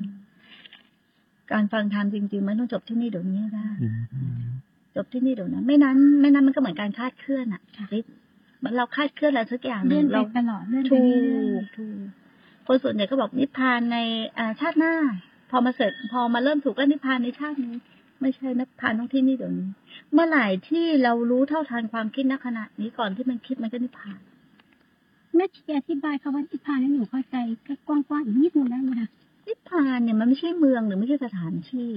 การฟังธรรมจริงๆมันต้องจบที่นี่เดี๋ยวนี้ให้ได้ จบที่นี่เดี๋ยวนั้นไม่นั้น ไม่นั้นมันก็เหมือนการคาดเคลื่อนอะลิศเหมือนเราคาดเคลื่อนอะไรสักอย่างห เลื่ นึ่ อง นไป เรา ตลอดเลื่อนไป ถู เรื่อย กถูกคนส่วนใหญ่ก็บอกนิพพานในอ่าชาติหน้า พอมาเสร็จพอมาเริ่มถูกก็นิพพานในชาตินี้ ไม่ใช่นิพพานต้องที่นี่เดี๋ยวนี้ เมื่อไหร่ที่เรารู้เท่าทันความคิดณขณะนี้ก่อนที่มันคิดมันก็นิพพาน ๆแม่ชีอธิบายคำว่านิพพานให้หนูเข้าใจก็กว้างๆอีกนิดหนึงได้ไหมคะ นิพพานเนี่ยมันไม่ใช่เมืองหรือไม่ใช่สถานที่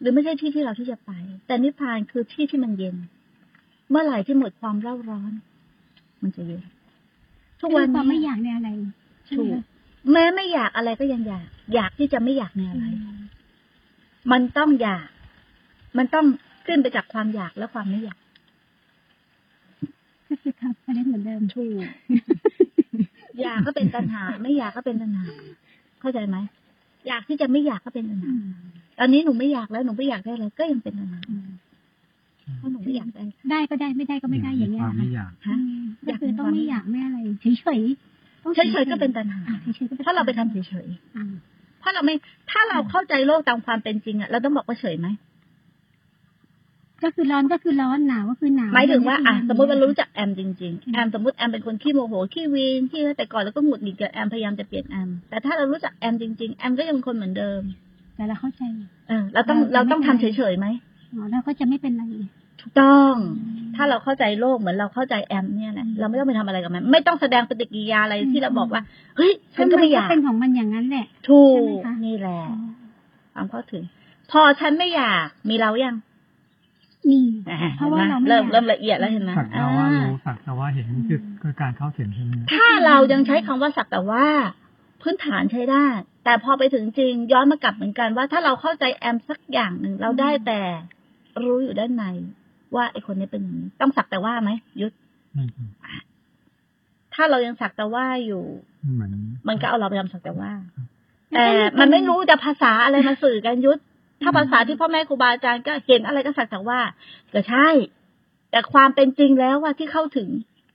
หรือไม่ใช่ที่ที่เราที่จะไป แต่นิพพานคือที่ที่มันเย็น เมื่อไหร่ที่หมดความเร่าร้อน มันจะเย็นทุกวัน ความไม่ นี้ อยากในอะไรใช่ไหม ถูก คะ แม้ไม่อยากอะไรก็ยังอยาก อยากที่จะไม่อยากในอะไร มันต้องอยาก มันต้องขึ้นไปจากความอยากและความไม่อยาก ก็คือทำไปเล่นเหมือนเดิม ถูก อยากก็เป็นตัณหา ไม่อยากก็เป็นตัณหา เข้าใจไหม อยากที่จะไม่อยากก็เป็นตัณหา ตอนนี้หนูไม่อยากแล้วหนูไม่อยากได้อะไรก็ยังเป็นตัณหาเพราะหนูไม่อยากได้ ได้ก็ได้ไม่ได้ก็ไม่ได้อย่างเงี้ย ควา เหรอมไม่ คะ อยาก ฮะ ก็คือต้องไม่อยากไม่อะไรเฉยๆต้อง เฉยๆก็เป็นตัณหา อ่ะเฉยๆก็ ถ้าเราไปทำเฉย อ่า ๆถ้าเราไม่ ถ้าเราเข้าใจโลกตามความเป็นจริงอะเราต้องบอกว่าเฉยไหม ก็คือร้อนก็คือร้อนหนาวก็คือหนาว หมายถึงว่าอ่ะ น ส ไได้ มมติว่ารู้จักแอมจริงๆแอมสมมติแอมเป็นคนขี้โมโหขี้วีนขี้แต่ก่อนแล้วก็หงุดหงิดกับแอมพยายามจะเปลี่ยนแอมแต่ถ้าเรารู้จักแอมจริงๆแอมก็ยังเป็นคนเหมือนเดิม แต่เราเข้าใจ เออเราต้องเราต้องทำเฉยๆไหม อ๋อเราก็จะไม่เป็นไร ถูกต้อง ถ้าเราเข้าใจโลกเหมือนเราเข้าใจแอมเนี่ยแหละเราไม่ต้องไปทำอะไรกับมันไม่ต้องแสดงปฏิกิริยาอะไร อืม ที่เราบอกว่าเฮ้ยฉันก็ไม่อยาก เป็นของมันอย่างนั้นแหละ ถูก ใช่ไหมคะ นี่แหละความเข้าถึง พอฉันไม่อยากมีเรายัง มี อ่ เพราะว่าเราไม่อยาก เริ่มเริ่มละเอียดแล้วเห็นไหม สักแต่ว่า อ่า รู้สักแต่ว่าเห็นคือคือการเข้าถึงใช่ไหม ถ้าเรายังใช้คำว่าสักแต่ว่า พื้นฐานใช้ได้ แต่พอไปถึงจริง ย้อนมากลับเหมือนกันว่า ถ้าเราเข้าใจแอมสักอย่างหนึ่งเราได้แต่รู้อยู่ด้านในว่าไอคนนี้เป็นอย่างนี้ต้องสักแต่ว่าไหมยุทธ ไม่ ถ้าเรายังสักแต่ว่าอยู่ เหมือน มันก็เอาเราไปทำสักแต่ว่า แล้ว แต่ ก็ มันไม่รู้จะภาษาอะไรมาสื่อกันยุทธถ้าภาษาที่พ่อแม่ครูบาอาจารย์ก็เห็นอะไรก็สักแต่ว่าก็ใช่ แต่ความเป็นจริงแล้วว่าที่เข้าถึง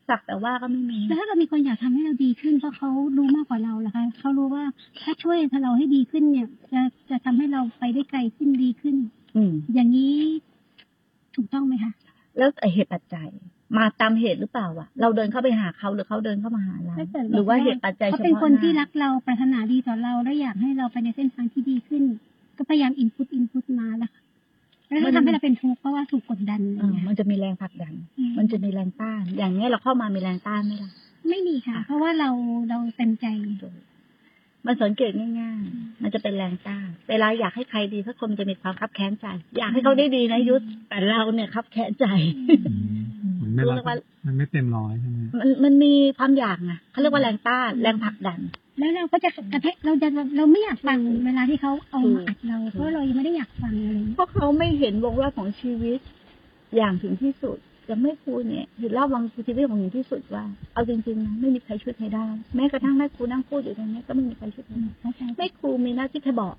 สักแต่ว่าก็ไม่มี แล้วถ้าเรามีคนอยากทำให้เราดีขึ้น เพราะเขารู้มากกว่าเราล่ะคะเขารู้ว่าถ้าช่วยเราให้ดีขึ้นเนี่ย จะจะทำให้เราไปได้ไกลขึ้นดีขึ้น อืม อย่างนี้ถูกต้องไหมคะ แล้วไอเหตุปัจจัย มาตามเหตุหรือเปล่าอะเราเดินเข้าไปหาเขาหรือเขาเดินเข้ามาหาเรา ถ้าเกิด หรือว่าเหตุปัจจัย เขา เฉ เป็น พาะ คนที่ หน้า รักเราปรารถนาดีต่อเราและอยากให้เราไปในเส้นทางที่ดีขึ้น ก็พยายามอินพุตอินพุตมาแล้วค่ะแล้วก็ทำให้เราเป็นทุกข์เพราะว่าถูกกดดัน เออมันจะมีแรงผลักดัน มันจะมีแรงต้าน อย่างเงี้ยเราเข้ามามีแรงต้านไหมล่ะ ไม่มีค่ะ เพราะว่าเราเราเต็มใจ มันสังเกตง่ายๆ มันจะเป็นแรงต้าน เวลาอยากให้ใครดีสักคนจะมีความคับแค้นใจ อยากให้เขาได้ดีนะยุทธแต่เราเนี่ยคับแค้นใจ เหมือนไม่รับมันไม่เต็มร้อยใช่ไหม มันมันมีความอยากอะเขาเรียกว่าแรงต้าน แรงผลักดัน แล้วเราก็จะกระเทะเราจะเราไม่อยากฟังเวลาที่เขาเอามาอัดเรา เพราะเรายังไม่ได้อยากฟังอะไรอย่างเงี้ย เพราะเขาไม่เห็นวงรอบของชีวิตอย่างถึงที่สุด จะไม่พูดเนี่ยเห็นเล่าบางทีเรื่องของหญิงที่สุดว่า เอาจริงๆนะไม่มีใครช่วยใครได้ แม้กระทั่งแม่ครูนั่งพูดอยู่ตรงเนี้ยก็ไม่มีใครช่วยใครได้ เข้าใจ แม่ครูมีหน้าที่แค่บอก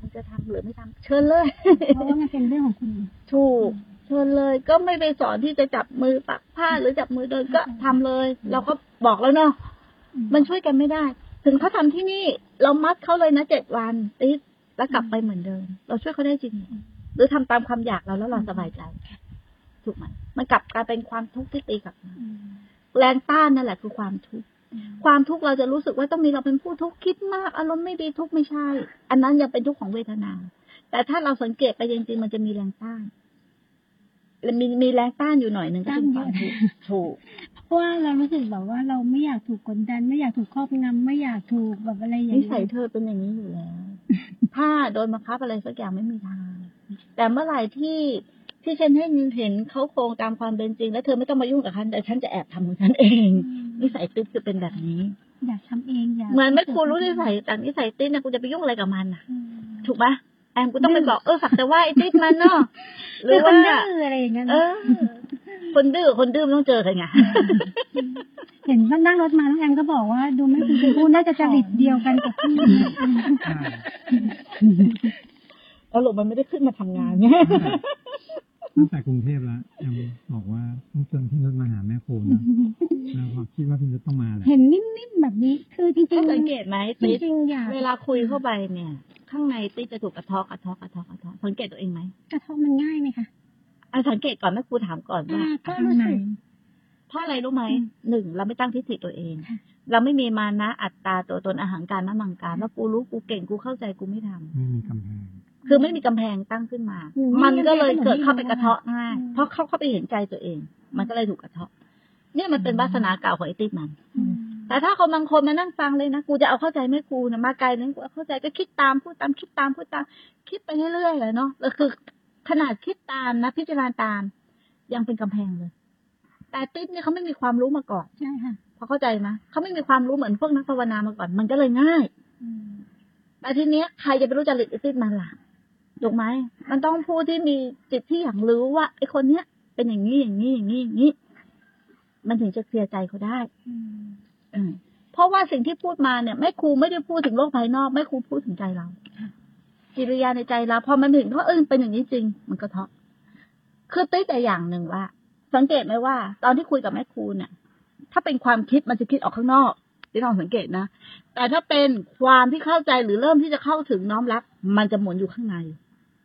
มันจะทำหรือไม่ทำเชิญเลย เพราะว่ามันเป็นเรื่องของคุณ ถูกเชิญเลยก็ไม่ไปสอนที่จะจับมือปักผ้าหรือจับมือเดินก็ทำเลย เราก็บอกแล้วเนาะ อืม มันช่วยกันไม่ได้ ถึงเขาทำที่นี่ เรามัดเขาเลยนะเจ็ดวันติดแล้วกลับไปเหมือนเดิม เราช่วยเขาได้จริงเหรอหรือทำตามความอยากเราแล้วเราสบายใจถูกไหมมันกลับกลายเป็นความทุกข์ที่ตีกลับมาแรงต้านนั่นแหละคือความทุกข์ความทุกข์เราจะรู้สึกว่าต้องมีเราเป็นผู้ทุกข์คิดมาก อารมณ์ไม่ดีทุกข์ไม่ใช่ อันนั้นยังเป็นทุกข์ของเวทนา แต่ถ้าเราสังเกตไปจริงๆมันจะมีแรงต้าน แล้วมีมีแรงต้านอยู่หน่อยหนึ่งก็คือความทุกข์ถูก เพราะว่าเรารู้สึกแบบว่าเราไม่อยากถูกกดดัน ไม่อยากถูกครอบงำไม่อยากถูกแบบอะไรอย่าง นิ เงี้ สัย ย เธอเป็นอย่างนี้อยู่แล้ว ถ้าโดนบังคับอะไรสักอย่างไม่มีทาง แต่เมื่อไหร่ที่ที่ฉันให้เห็นเขาโครงตามความเป็นจริง แล้วเธอไม่ต้องมายุ่งกับฉันแต่ฉันจะแอบทำของฉันเอง นิสัยติ๊ดคือเป็นแบบนี้ อยากทำเองอยาก เหมือนไม่ครูรู้นิสัยแต่นิสัยติ๊ดนะกูจะไปยุ่งอะไรกับมันนะ อืม ถูกปะแอมกูต้องไปบอกเออสักแต่ว่าไอ้ติ๊ดมัน เนาะหรือ ค ว่า นดื้ออะไรอย่างเงี้ย เอ นะ อ คนดื้อคนดื้อมันต้องเจอ กันไง เห็นว่านั่งรถมาน้องแอมก็บอกว่าดูไม่คุณพูดน่าจะจริตเดียวกันกับพี่นะ อารมณ์มันไม่ได้ขึ้นมาทำงาน ตั้งแต่กรุงเทพแล้วยังบอกว่าต้องเชิญพี่นุชมาหาแม่ครูนะแล้วก็คิดว่าพี่นุชต้องมาแหละ เห็นนิ่มๆแบบนี้คือจริ ถ้าง สังเกตไหม ๆจ ติ๊ด ริงๆอยาก เวลาคุยเข้าไปเนี่ย ข้างในติ๊ดจะถูกกระเทาะกระเทาะกระเทาะกระเทาะสังเกตตัวเองไหม กระทบมันง่ายไหมคะ อ่ะสังเกตก่อนแม่ครูถามก่อน อ่า ว่า ก็รู้สึก เพราะอะไรรู้ไหมหนึ่งเราไม่ตั้งทิฏฐิตัวเอง ค่ะ เราไม่มีมานะอัตตาตัวตนอาหารการมะมังการว่ากูรู้กูเก่งกูเข้าใจกูไม่ทำ ไม่มีกำแพง คือไม่มีกำแพงตั้งขึ้นมา อืม มันก็เลย ไม่มีกำแพง เกิดเข้าไปกระเทาะง่าย อืม เพราะเขาเข้าไปเห็นใจตัวเอง มันก็เลยถูกกระเทาะเนี่ยมันเป็นวาสนาเก่าของไอ้ติ๊ดมัน อืม แต่ถ้าคนบางคนมานั่งฟังเลยนะ กูจะเอาเข้าใจไม่กูนะมาไกลนั้นกูเอาเข้าใจก็คิดตามพูดตามคิดตามพูดตาม คิดไปเรื่อยๆเลยเนาะแล้วคือขนาดคิดตามนะพิจารณาตาม ยังเป็นกำแพงเลย แต่ติ๊ดเนี่ยเขาไม่มีความรู้มาก่อน ใช่ค่ะ พอเข้าใจไหมเขาไม่มีความรู้เหมือนพวกนักภาวนามาก่อน มันก็เลยง่าย อืม แต่ทีเนี้ยใครจะไปรู้จริตไอ้ติ๊ดมันล่ะถูกไหมมันต้องผู้ที่มีจิตที่อยากรู้ว่าไอ้คนเนี้ยเป็นอย่างนี้อย่างนี้อย่างนี้อย่างนี้มันถึงจะเคลียร์ใจเขาได้ อืม เออเพราะว่าสิ่งที่พูดมาเนี่ยแม่ครูไม่ได้พูดถึงโลกภายนอกแม่ครูพูดถึงใจเรากิริยาในใจเราพอมันเห็นว่าเออเป็นอย่างนี้จริง มันก็เทาะคือติ๊กแต่อย่างหนึ่งว่า สังเกตไหมว่า ตอนที่คุยกับแม่ครูเนี่ย ถ้าเป็นความคิดมันจะคิดออกข้างนอกที่ลองสังเกตนะแต่ถ้าเป็นความที่เข้าใจหรือเริ่มที่จะเข้าถึงน้อมรับ มันจะหมุนอยู่ข้างใน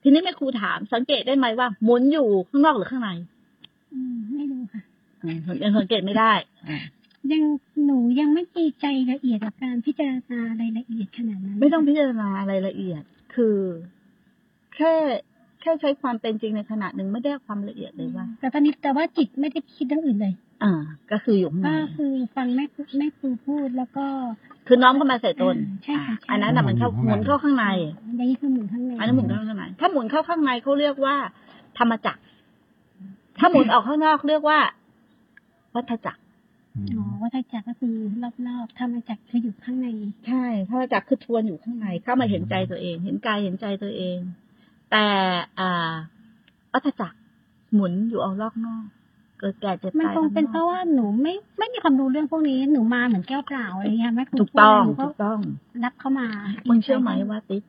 ทีนี้แม่ครูถามสังเกตได้ไหมว่าหมุนอยู่ข้างนอกหรือข้างใน อืมไม่รู้ค่ะ อืมยังสังเกตไม่ได้ ยังหนูยังไม่มีใจละเอียดกับการพิจารณาอะไรายละเอียดขนาดนั้น ไม่ต้องพิจารณาอะไรละเอียด คือ แค่แค่ใช้ความเป็นจริงในขณะหนึ่งไม่ได้ความละเอียดเลยว่า แต่ตอนนี้แต่ว่าจิตไม่ได้คิดเรื่องอื่นเลย อ่า ก็คืออยู่ข้างใน ก็คือฟังแม่ครูแม่ครูพูดแล้วก็ คือน้อมเข้ามาใส่ตน อ่าใช่ค่ะใช่ อันนั้นน่ะมันเข้า อยู่หข้างใน มุนเข้าข้างใน อย่างนี้คือหมุนข้างใน อันนั้นหมุนเข้าข้างใน ถ้าหมุนเข้าข้างในเขาเรียกว่า ธรรมจักร ถ้าหมุนออกข้างนอกเรียกว่า วัฏจักร อืม อ๋อวัฏจักรก็คือรอบๆธรรมจักรคืออยู่ข้างใน ใช่ธรรมจักรคือทวนอยู่ข้างใน เข้ามาเห็นใจตัวเอง เห็นกายเห็นใจตัวเอง แต่อ่าวัฏจักรหมุนอยู่เอาลอกนอก เกิดแก่เจ็บ มัน ตาย คงเป็นเพข้านอก ราะว่าหนูไม่ไม่มีความรู้เรื่องพวกนี้หนูมาเหมือนแก้วเปล่าอะไรอย่างเงี้ยแม่ครู ถูกต้อง พูดหนูก็ ถูกต้อง รับเข้ามา มึ มึ งเชื่อไหมว่าติ๊ก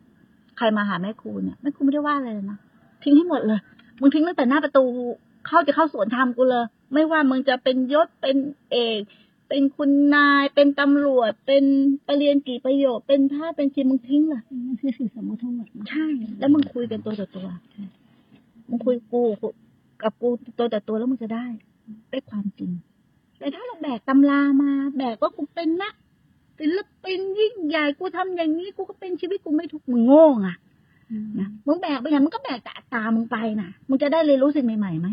ใครมาหาแม่ครูเนี่ยแม่ครูไม่ได้ว่าอะไรเลยนะทิ้งให้หมดเลยมึงทิ้งตั้งแต่หน้าประตูเข้าจะเข้าสวนธรรมกูเลย ไม่ว่ามึงจะเป็นยศเป็นเอกเป็นคุณนายเป็นตำรวจ เป็นไปเรียนกี่ประโยคเป็นท่าสเป็นชีมึงทิ้งเลย มันคือสื่อสมมติทั้งหมดนะ ใช่ แล้วมึงคุยกันตัวต่อตัวมึงคุยกูกับกูตัวต่อตัวแล้วมึงจะได้ ได้ความจริง แต่ถ้าเราแบกตำรามาแบกว่ากูเป็นนะศิลปินยิ่งใหญ่กูทำอย่างนี้กูก็เป็นชีวิตกูไม่ทุกข์มึงโง่อะนะมึงแบกไปไหนมึงก็แบกแต่อัตตามึงไปนะมึงจะได้เรียนรู้สิ่งใหม่ๆไหม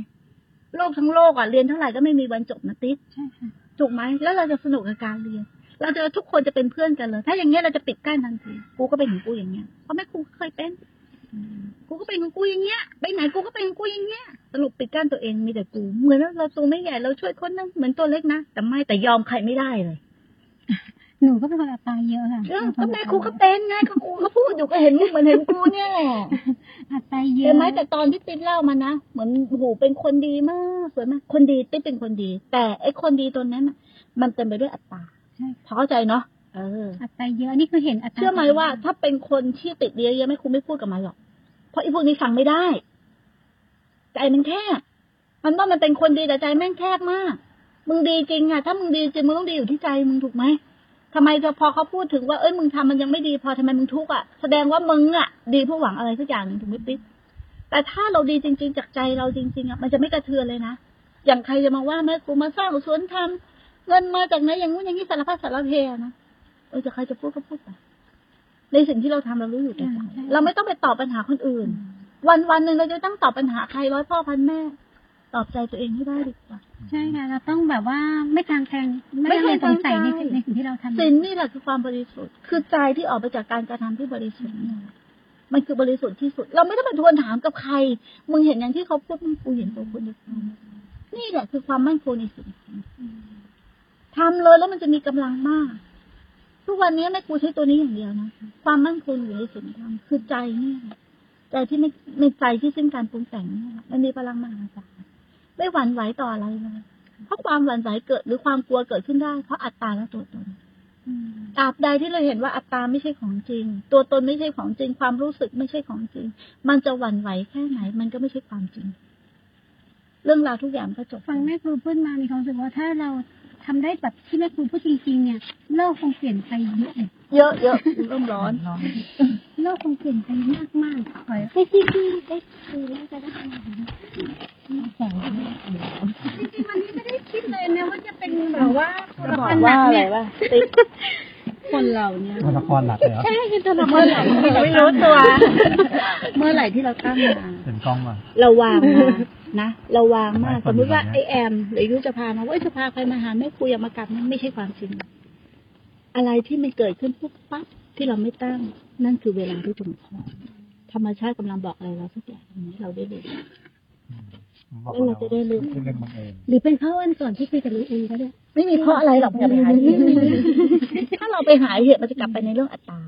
โลกทั้งโลกอ่ะเรียนเท่าไหร่ก็ไม่มีวันจบนะติ๊ก ใช่ค่ะ ถูกไหมแล้วเราจะสนุกกับการเรียน เราจะทุกคนจะเป็นเพื่อนกันเลย ถ้าอย่างเงี้ยเราจะปิดกั้นทันทีกูก็เป็นของกูอย่างเงี้ยเพราะแม่ครูเคยเป็น กูก็เป็นของกูอย่างเงี้ยไปไหนกูก็เป็นของกูอย่างเงี้ยสรุปปิดกั้นตัวเองมีแต่กู เหมือนว่าเราตัวไม่ใหญ่เราช่วยคนนั้นเหมือนตัวเล็กนะแต่ไม่แต่ยอมใครไม่ได้เลย หนูก็เป็นคนอัตตาเยอะค่ะ เออก็แม่ครูก็เป็นไงก็ครูก็พูดอยู่ก็เห็นมึงเหมือนเห็นกูเนี่ย ผัดไปเย เห็ อะ นไหมแต่ตอนที่ติ๊บเล่ามานะเหมือนโอ้โหูเป็นคนดีมากสวยมากคนดีติ๊บเป็นคนดี แต่ไอ้คนดีตัวนั้นน่ะมันเต็มไปด้วยอัตตา ใช่ พอเข้าใจเนาะเออ ผัดไปเยอะนี่คือเห็นอัตรา เชื่อไหมว่าถ้าเป็นคนที่ติดเยอะๆไม่คุณไม่พูดกับมันหรอกเพราะไอ้พวกนี้ฟังไม่ได้ใจมันแคบมันว่ามันเป็นคนดีแต่ใจแม่งแคบมาก มึงดีจริงอะถ้ามึงดีจริงมึงต้องดีอยู่ที่ใจมึงถูกไหมทำไมจะพอเขาพูดถึงว่าเอ้ยมึงทำมันยังไม่ดีพอทำไมมึงทุกข์อะแสดงว่ามึงอะดีเพื่อหวังอะไรสักอย่างหนึ่งถูกไหมปิ๊กแต่ถ้าเราดีจริง ๆ จากใจเราจริง ๆอะมันจะไม่กระเทือนเลยนะอย่างใครจะมาว่าแม่กูมาสร้างสวนทำเงินมาจากไหนอย่างงู้นอย่างนี้สารพัดสารเพอะนะเออจะใครจะพูดก็พูดไป ในสิ่งที่เราทำเรารู้อยู่แก่ใจเราไม่ต้องไปตอบปัญหาคนอื่น วันวันๆหนึ่งเราจะต้องตอบปัญหาใครร้อยพ่อพันแม่ ตอบใจตัวเองให้ได้ดีกว่า ใช่ค่ะเราต้องแบบว่าไม่ทางแทงไม่ ไม่ ทางส ทาง งสัยใน ใจ ในสิ่งที่เราทำ ศีลนี่แหละคือความบริสุทธิ์ คือใจที่ออกไปจากการกระทำที่บริสุทธิ์เนี่ยมันคือบริสุทธิ์ที่สุด เราไม่ต้องไปทวนถามกับใคร มึงเห็นอย่างที่เขาพูดมึงกูเห็นตัวคุณเดียวกันนี่แหละคือความมั่นคงในศีลทำเลยแล้วมันจะมีกำลังมาก ทุกวันนี้แม่กูใช้ตัวนี้อย่างเดียวนะ ความมั่นคงอยู่ในศีลธรรมคือใจเนี่ยใจที่ไม่ไม่ใจที่ซึ่งการปรุงแต่งเนี่ยมันมีพลังมหาศาลไม่หวั่นไหวต่ออะไรเลยเพราะความหวั่นไหวเกิด หรือความกลัวเกิดขึ้นได้ เพราะอัตตาและตัวตน ตราบใดที่เราเห็นว่าอัตตาไม่ใช่ของจริง ตัวตนไม่ใช่ของจริง ความรู้สึกไม่ใช่ของจริง มันจะหวั่นไหวแค่ไหน มันก็ไม่ใช่ความจริง เรื่องราวทุกอย่างก็จบ ฟังแม่ครูพูดมา มีความรู้สึกว่าถ้าเราทำได้แบบที่แม่ครูพูดจริงๆ เนี่ย โลกคงเปลี่ยนไปเยอะเลย เยอะเยอะเริ่มร้อน โลกคงเปลี่ยนไปมากมากๆขอให้ที่ที่ได้คุยแล้วจะได้ทำจริงๆวันนี้ไม่ได้คิดเลยนะว่าจะเป็นแบบว่าตัวละครหลักเนี่ย คนเราเนี่ย ตัวละครหลักเลยเหรอ ใช่คือตัวละครหลัก ไม่รู้ตัว เมื่อไหร่ที่เราตั้งมา เป็นกล้องว่ะ ระวังนะนะระวังมาก หลายคน สมมติว่า หลายคน ไอแอม หรือยุจะพามาว่าเอ้ยจะพาใครมาหาแม่ครูอย่ามากลับมันไม่ใช่ความจริง อะไรที่มันเกิดขึ้นปุ๊บปั๊บที่เราไม่ตั้ง นั่นคือเวลาที่ถูกพอธรรมชาติกำลังบอกอะไรเราสักอย่างอย่างนี้เราได้เลย บอก แล้วเราจะได้รู้ เป็นเรื่องบังเอิญ หรือเป็นเพราะวันก่อนที่คุยกับลุงเอ็นก็ได้ ไม่มีเพราะอะไรหรอกอย่าไปหาเหตุถ้าเราไปหาเหตุมันจะกลับไปในเรื่องอัตตา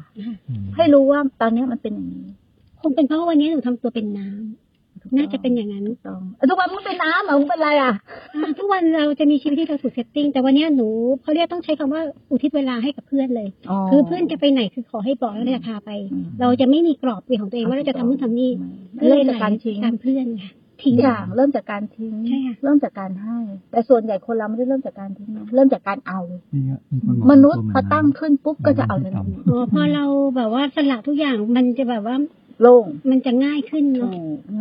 ให้รู้ว่าตอนเนี้ยมันเป็นอย่างนี้ คงเป็นเพราะวันนี้หนูทำตัวเป็นน้ำน่าจะเป็นอย่างนั้น ถูกต้องเอ้ยทุกวันมึงเป็นน้ำเหรอมึงเป็นอะไรอ่ะ อ่าทุกวันเราจะมีชีวิตที่เราถูกเซตติ้งแต่วันนี้หนูเขาเรียกต้องใช้คำว่าอุทิศเวลาให้กับเพื่อนเลย คือเพื่อนจะไปไหนคือขอให้บอกแล้วเราจะพาไป อืม เราจะไม่มีกรอบเป็นของตัวเองว่าเราจะทำนู่นทำนี่ เริ่มจากการทิ้ง ตามเพื่อนค่ะ ทุ ทิ้ง กอย่างเริ่มจากการทิ้ง ใช่ค่ะ เริ่มจากการให้ แต่ส่วนใหญ่คนเราไม่ได้เริ่มจากการทิ้งนะเริ่มจากการเอา นี่ก็มีคนบอก มนุษย์ ว่า พอตั้งขึ้นปุ๊บก็จะเอา ทันที อ๋อพอเราแบบว่าสละทุกอย่างมันจะแบบว่า โล่ง มันจะง่ายขึ้นเนาะ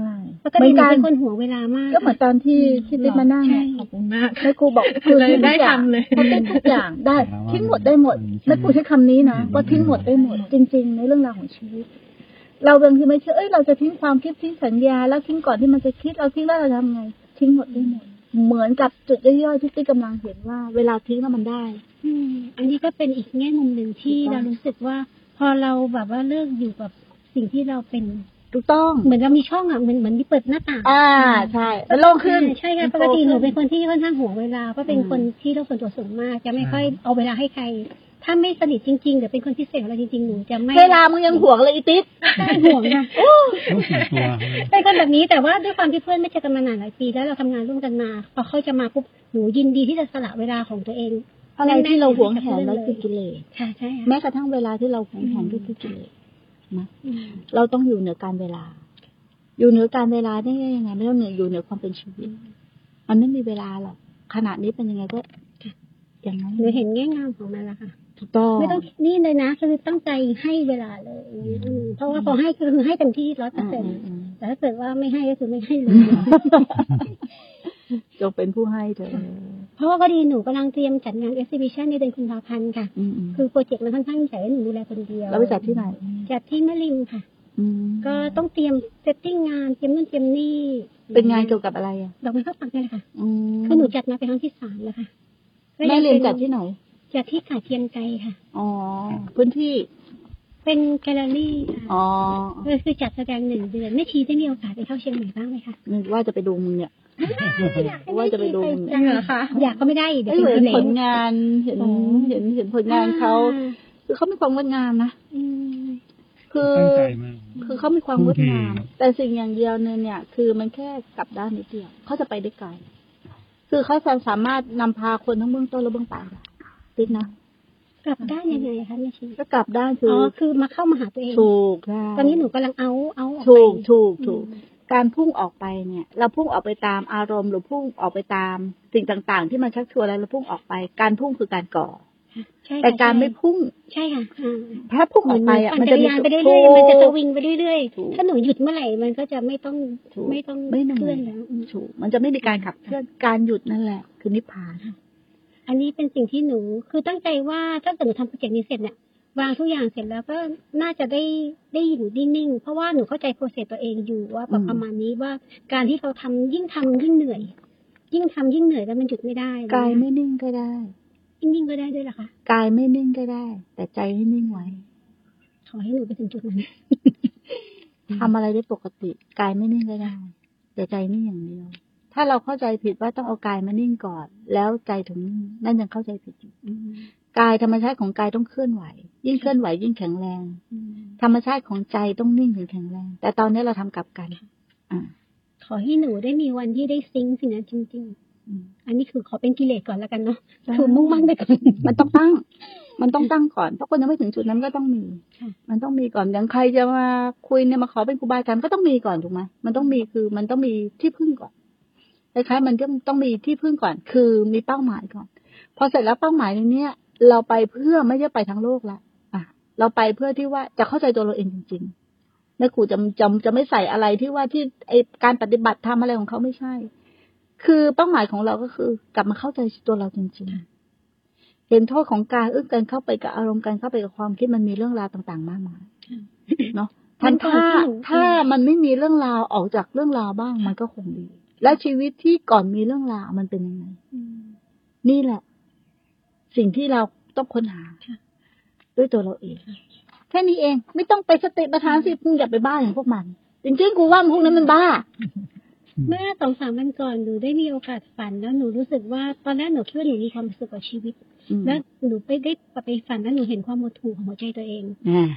ง่าย ปกติหนูเป็นคนหัวงเวลามาก ก็เหมือนตอนที่ที่ติ๊กมานั่ง ใช่ เนี่ย ขอบคุณมาก แม่ครูบอกคือ เลยได้ ทุกอย่าง คำเลย พอเต้นทุกอย่างได้ทิ้งหมดได้หมดแม่ครูใช้คำนี้นะว่าทิ้งหมดได้หมด จริง ๆ ในเรื่องราวของชีวิต เราบางทีไม่เชื่อเอ้ยเราจะทิ้งความคิดทิ้งสัญญา แล้วทิ้งก่อนที่มันจะคิดเราทิ้งแล้วเราทำไง ทิ้งหมดได้หมดเหมือนกับจุดย่อยๆที่ติ๊กกำลังเห็นว่า เวลาทิ้งแล้วมันได้ อืมอันนี้ก็เป็นอีกแง่มุมหนึ่งที่เรารู้สึกว่า พอเราแบบว่าเลิกอยู่กับสิ่งที่เราเป็น ถูกต้อง เหมือนเรามีช่องอ่ะเหมือนเหมือนมีเปิดหน้าต่าง อ่าใช่มันโล่งขึ้น ใช่ค่ะปกติหนูเป็นคนที่ค่อนข้างห่วงเวลาเพราะเป็นคนที่โลกส่วนตัวสูงมาก จะไม่ค่อยเอาเวลาให้ใคร ถ้าไม่สนิทจริงๆหรือเป็นคนพิเศษของเราจริงๆหนูจะไม่ เวลามึงยังห่วงเลยอีติ๊บ ได้ห่วงค่ะ รู้สึกตัว เป็นคนแบบนี้แต่ว่าด้วยความที่เพื่อนไม่เจอกันมานานหลายปีแล้วเราทำงานร่วมกันมาพอเขาจะมาปุ๊บหนูยินดีที่จะสละเวลาของตัวเอง อะไรที่เราหวงแหนแล้วคือกิเลส ค่ะใช่ค่ะ แม้กระทั่งเวลาที่เราหวงแหนก็คือกิเลสนะเราต้องอยู่เหนือการเวลา อยู่เหนือการเวลาได้ยังไงไม่ต้องเหนืออยู่เหนือความเป็นชีวิต มันไม่มีเวลาหรอกขนาดนี้เป็นยังไงก็อย่างนั้น หนูเห็นแง่งามของมันแล้วค่ะ ถูกต้อง ไม่ต้องคิดนี่เลยนะคือตั้งใจให้เวลาเลยอย่างเงี้ยอืมเพราะว่าพอให้คือให้เต็มที่ร้อยเปอร์เซ็นต์แต่ถ้าเกิดว่าไม่ให้ก็คือไม่ให้เลย จงเป็นผู้ให้เถอะ เพราะว่าพอดีหนูกำลังเตรียมจัดงาน exhibition ในเดือนกุมภาพันธ์ค่ะ อืม คือ โปรเจกต์มันค่อนข้างใหญ่และหนูดูแลคนเดียว เราไปจัดที่ไหน จัดที่มะลิมค่ะ อืม ก็ต้องเตรียมเซตติ้งงานเตรียมนู่นเตรียมนี่ เป็นงานเกี่ยวกับอะไรอ่ะ ดอกไม้ข้าวปักเนี่ยแหละค่ะ อืม คือหนูจัดมาเป็นครั้งที่สามแล้วค่ะ แม่เรียนจัดที่ไหน จัดที่ขาเทียมใจค่ะ อ๋อพื้นที่ เป็นแกลเลอรี่ค่ะ อ๋อ ก็คือจัดแสดงหนึ่งเดือนแม่ชีได้มีโอกาสไปเข้าเชียงใหม่บ้างไหมคะ นึกว่าจะไปดูมึงเนี่ย ว่าจะไปดู อยากให้แม่ชีปจังอยากก็ไม่ได้เดี๋ยว เอ้ย เป็นเหลเห็นผ ง ลงานเห็นเห็นเห็นผลงานเขา คือเขามีความงดงามนะ อืม คือ ตั้งใจมาก คือเขามีความงดงาม โอเค แต่สิ่งอย่างเดียวเนี่ยเนี่ย คือมันแค่กลับด้านนิดเดียวเขาจะไปได้ไกลคือเขาสามารถนำพาคนทั้งเบื้องต้นและเบื้องปลายได้ติดนะ กลับได้านยังไงคะแม่ชี ก็กลับด้านคื อ๋ อ อ อ คือมาเข้ามาหาตัวเอง ถูกได้ ตอนนี้หนูกำลังเอาเอาออกไป ถูกถูกถูก อืม การพุ่งออกไปเนี่ย เราพุ่งออกไปตามอารมณ์หรือพุ่งออกไปตามสิ่งต่างๆ ที่มันชักชวนแล้วเราพุ่งออกไป การพุ่งคือการก่อ ใช่ค่ะ แต่การไม่พุ่ง ใช่ค่ะอ่า ถ้าพุ่งออกไปอ่ะ ปั่ มัน นจั จะ กร มี ยานไปเรื่อยๆมันจะสวิงไปเรื่อย ถูก ๆถ้าหนูหยุดเมื่อไหร่มันก็จะไม่ต้อง ถูก ไม่ต้อง ไม่เหนื่อย เคลื่อนแล้วอืม ถูกมันจะไม่มีการขับเคลื่อนการหยุดนั่นแหละ คือนิพพาน อันนี้เป็นสิ่งที่หนูคือตั้งใจว่าถ้าเกิดหนูทำโปรเจกต์นี้เสร็จเนี่ยวางทุกอย่างเสร็จแล้วก็น่าจะได้ได้อยู่นิ่งๆเพราะว่าหนูเข้าใจโปรเซสตัวเองอยู่ว่าแบบ อืม ประมาณนี้ว่าการที่เราทำยิ่งทำยิ่งเหนื่อย ยิ่งทำยิ่งเหนื่อยแล้วมันหยุดไม่ได้ กายไม่นิ่งก็ได้ นิ่งๆก็ได้ด้วยเหรอคะ กายไม่นิ่งก็ได้ แต่ใจให้นิ่งไว้ ขอให้หนูไปถึงจุดนั้น ทำอะไรได้ปกติกายไม่นิ่งก็ได้ แต่ใจนิ่งอย่างเดียว ถ้าเราเข้าใจผิดว่าต้องเอากายมานิ่งก่อน แล้วใจถึงนิ่งนั่นยังเข้าใจผิดอยู่ กายธรรมชาติของกายต้องเคลื่อนไหว ยิ่งเคลื่อนไหวยิ่งแข็งแรง ธรรมชาติของใจต้องนิ่งถึงแข็งแรง แต่ตอนนี้เราทำกลับกันอ่า ขอให้หนูได้มีวันที่ได้ซิงค์สิ่งนั้นจริง อืม ๆ อันนี้คือขอเป็นกิเลสก่อนแล้วกันเนาะ คือมุ่งมั่นไปก่อน มันต้องตั้ง มันต้องตั้งก่อนเพราะคนยังไม่ถึงจุดนั้นก็ต้องมี ค่ะ มันต้องมีก่อนอย่างใครจะมาคุยเนี่ยมาขอเป็นครูบาอาจารย์ก็ต้องมีก่อนถูกไหมมันต้องมีคือมันต้องมีที่พึ่งก่อนคล้ายๆมันก็ต้องมีที่พึ่งก่อน คือมีเป้าหมายก่อน พอเสร็จแล้วเป้าหมายในเนี้ยเราไปเพื่อไม่ได้ไปทั้งโลกละอ่ะ เราไปเพื่อที่ว่าจะเข้าใจตัวเราเองจริงๆแม่ครูจะจะจะไม่ใส่อะไรที่ว่าที่ไอการปฏิบัติทำอะไรของเขาไม่ใช่ คือเป้าหมายของเราก็คือกลับมาเข้าใจตัวเราจริงๆ เห็นโทษของการอึ้งกันเข้าไปกับอารมณ์การเข้าไปกับความคิดมันมีเรื่องราวต่างๆ มากมายเนาะ มั มัน น ก่อน ถ้า ที่หนู ถ้ามันไม่มีเรื่องราวออกจากเรื่องราวบ้างมันก็คงดี และชีวิตที่ก่อนมีเรื่องราวมันเป็นยังไง นี่แหละ สิ่งที่เราต้องค้นหา ด้วยตัวเราเอง แค่นี้เอง ไม่ต้องไปสติปัฏฐานสิมึงอย่าไปบ้าอย่างพวกมัน จริงๆกูว่ามันพวกนั้นมันบ้า เมื่อสองสามวันก่อนหนูได้มีโอกาสฝันแล้วหนูรู้สึกว่าตอนแรกหนูคิดว่าหนูมีความสุขกับชีวิต แล้วหนูไปได้ไปฝันแล้วหนูเห็นความหมดถูกของหัวใจตัวเอง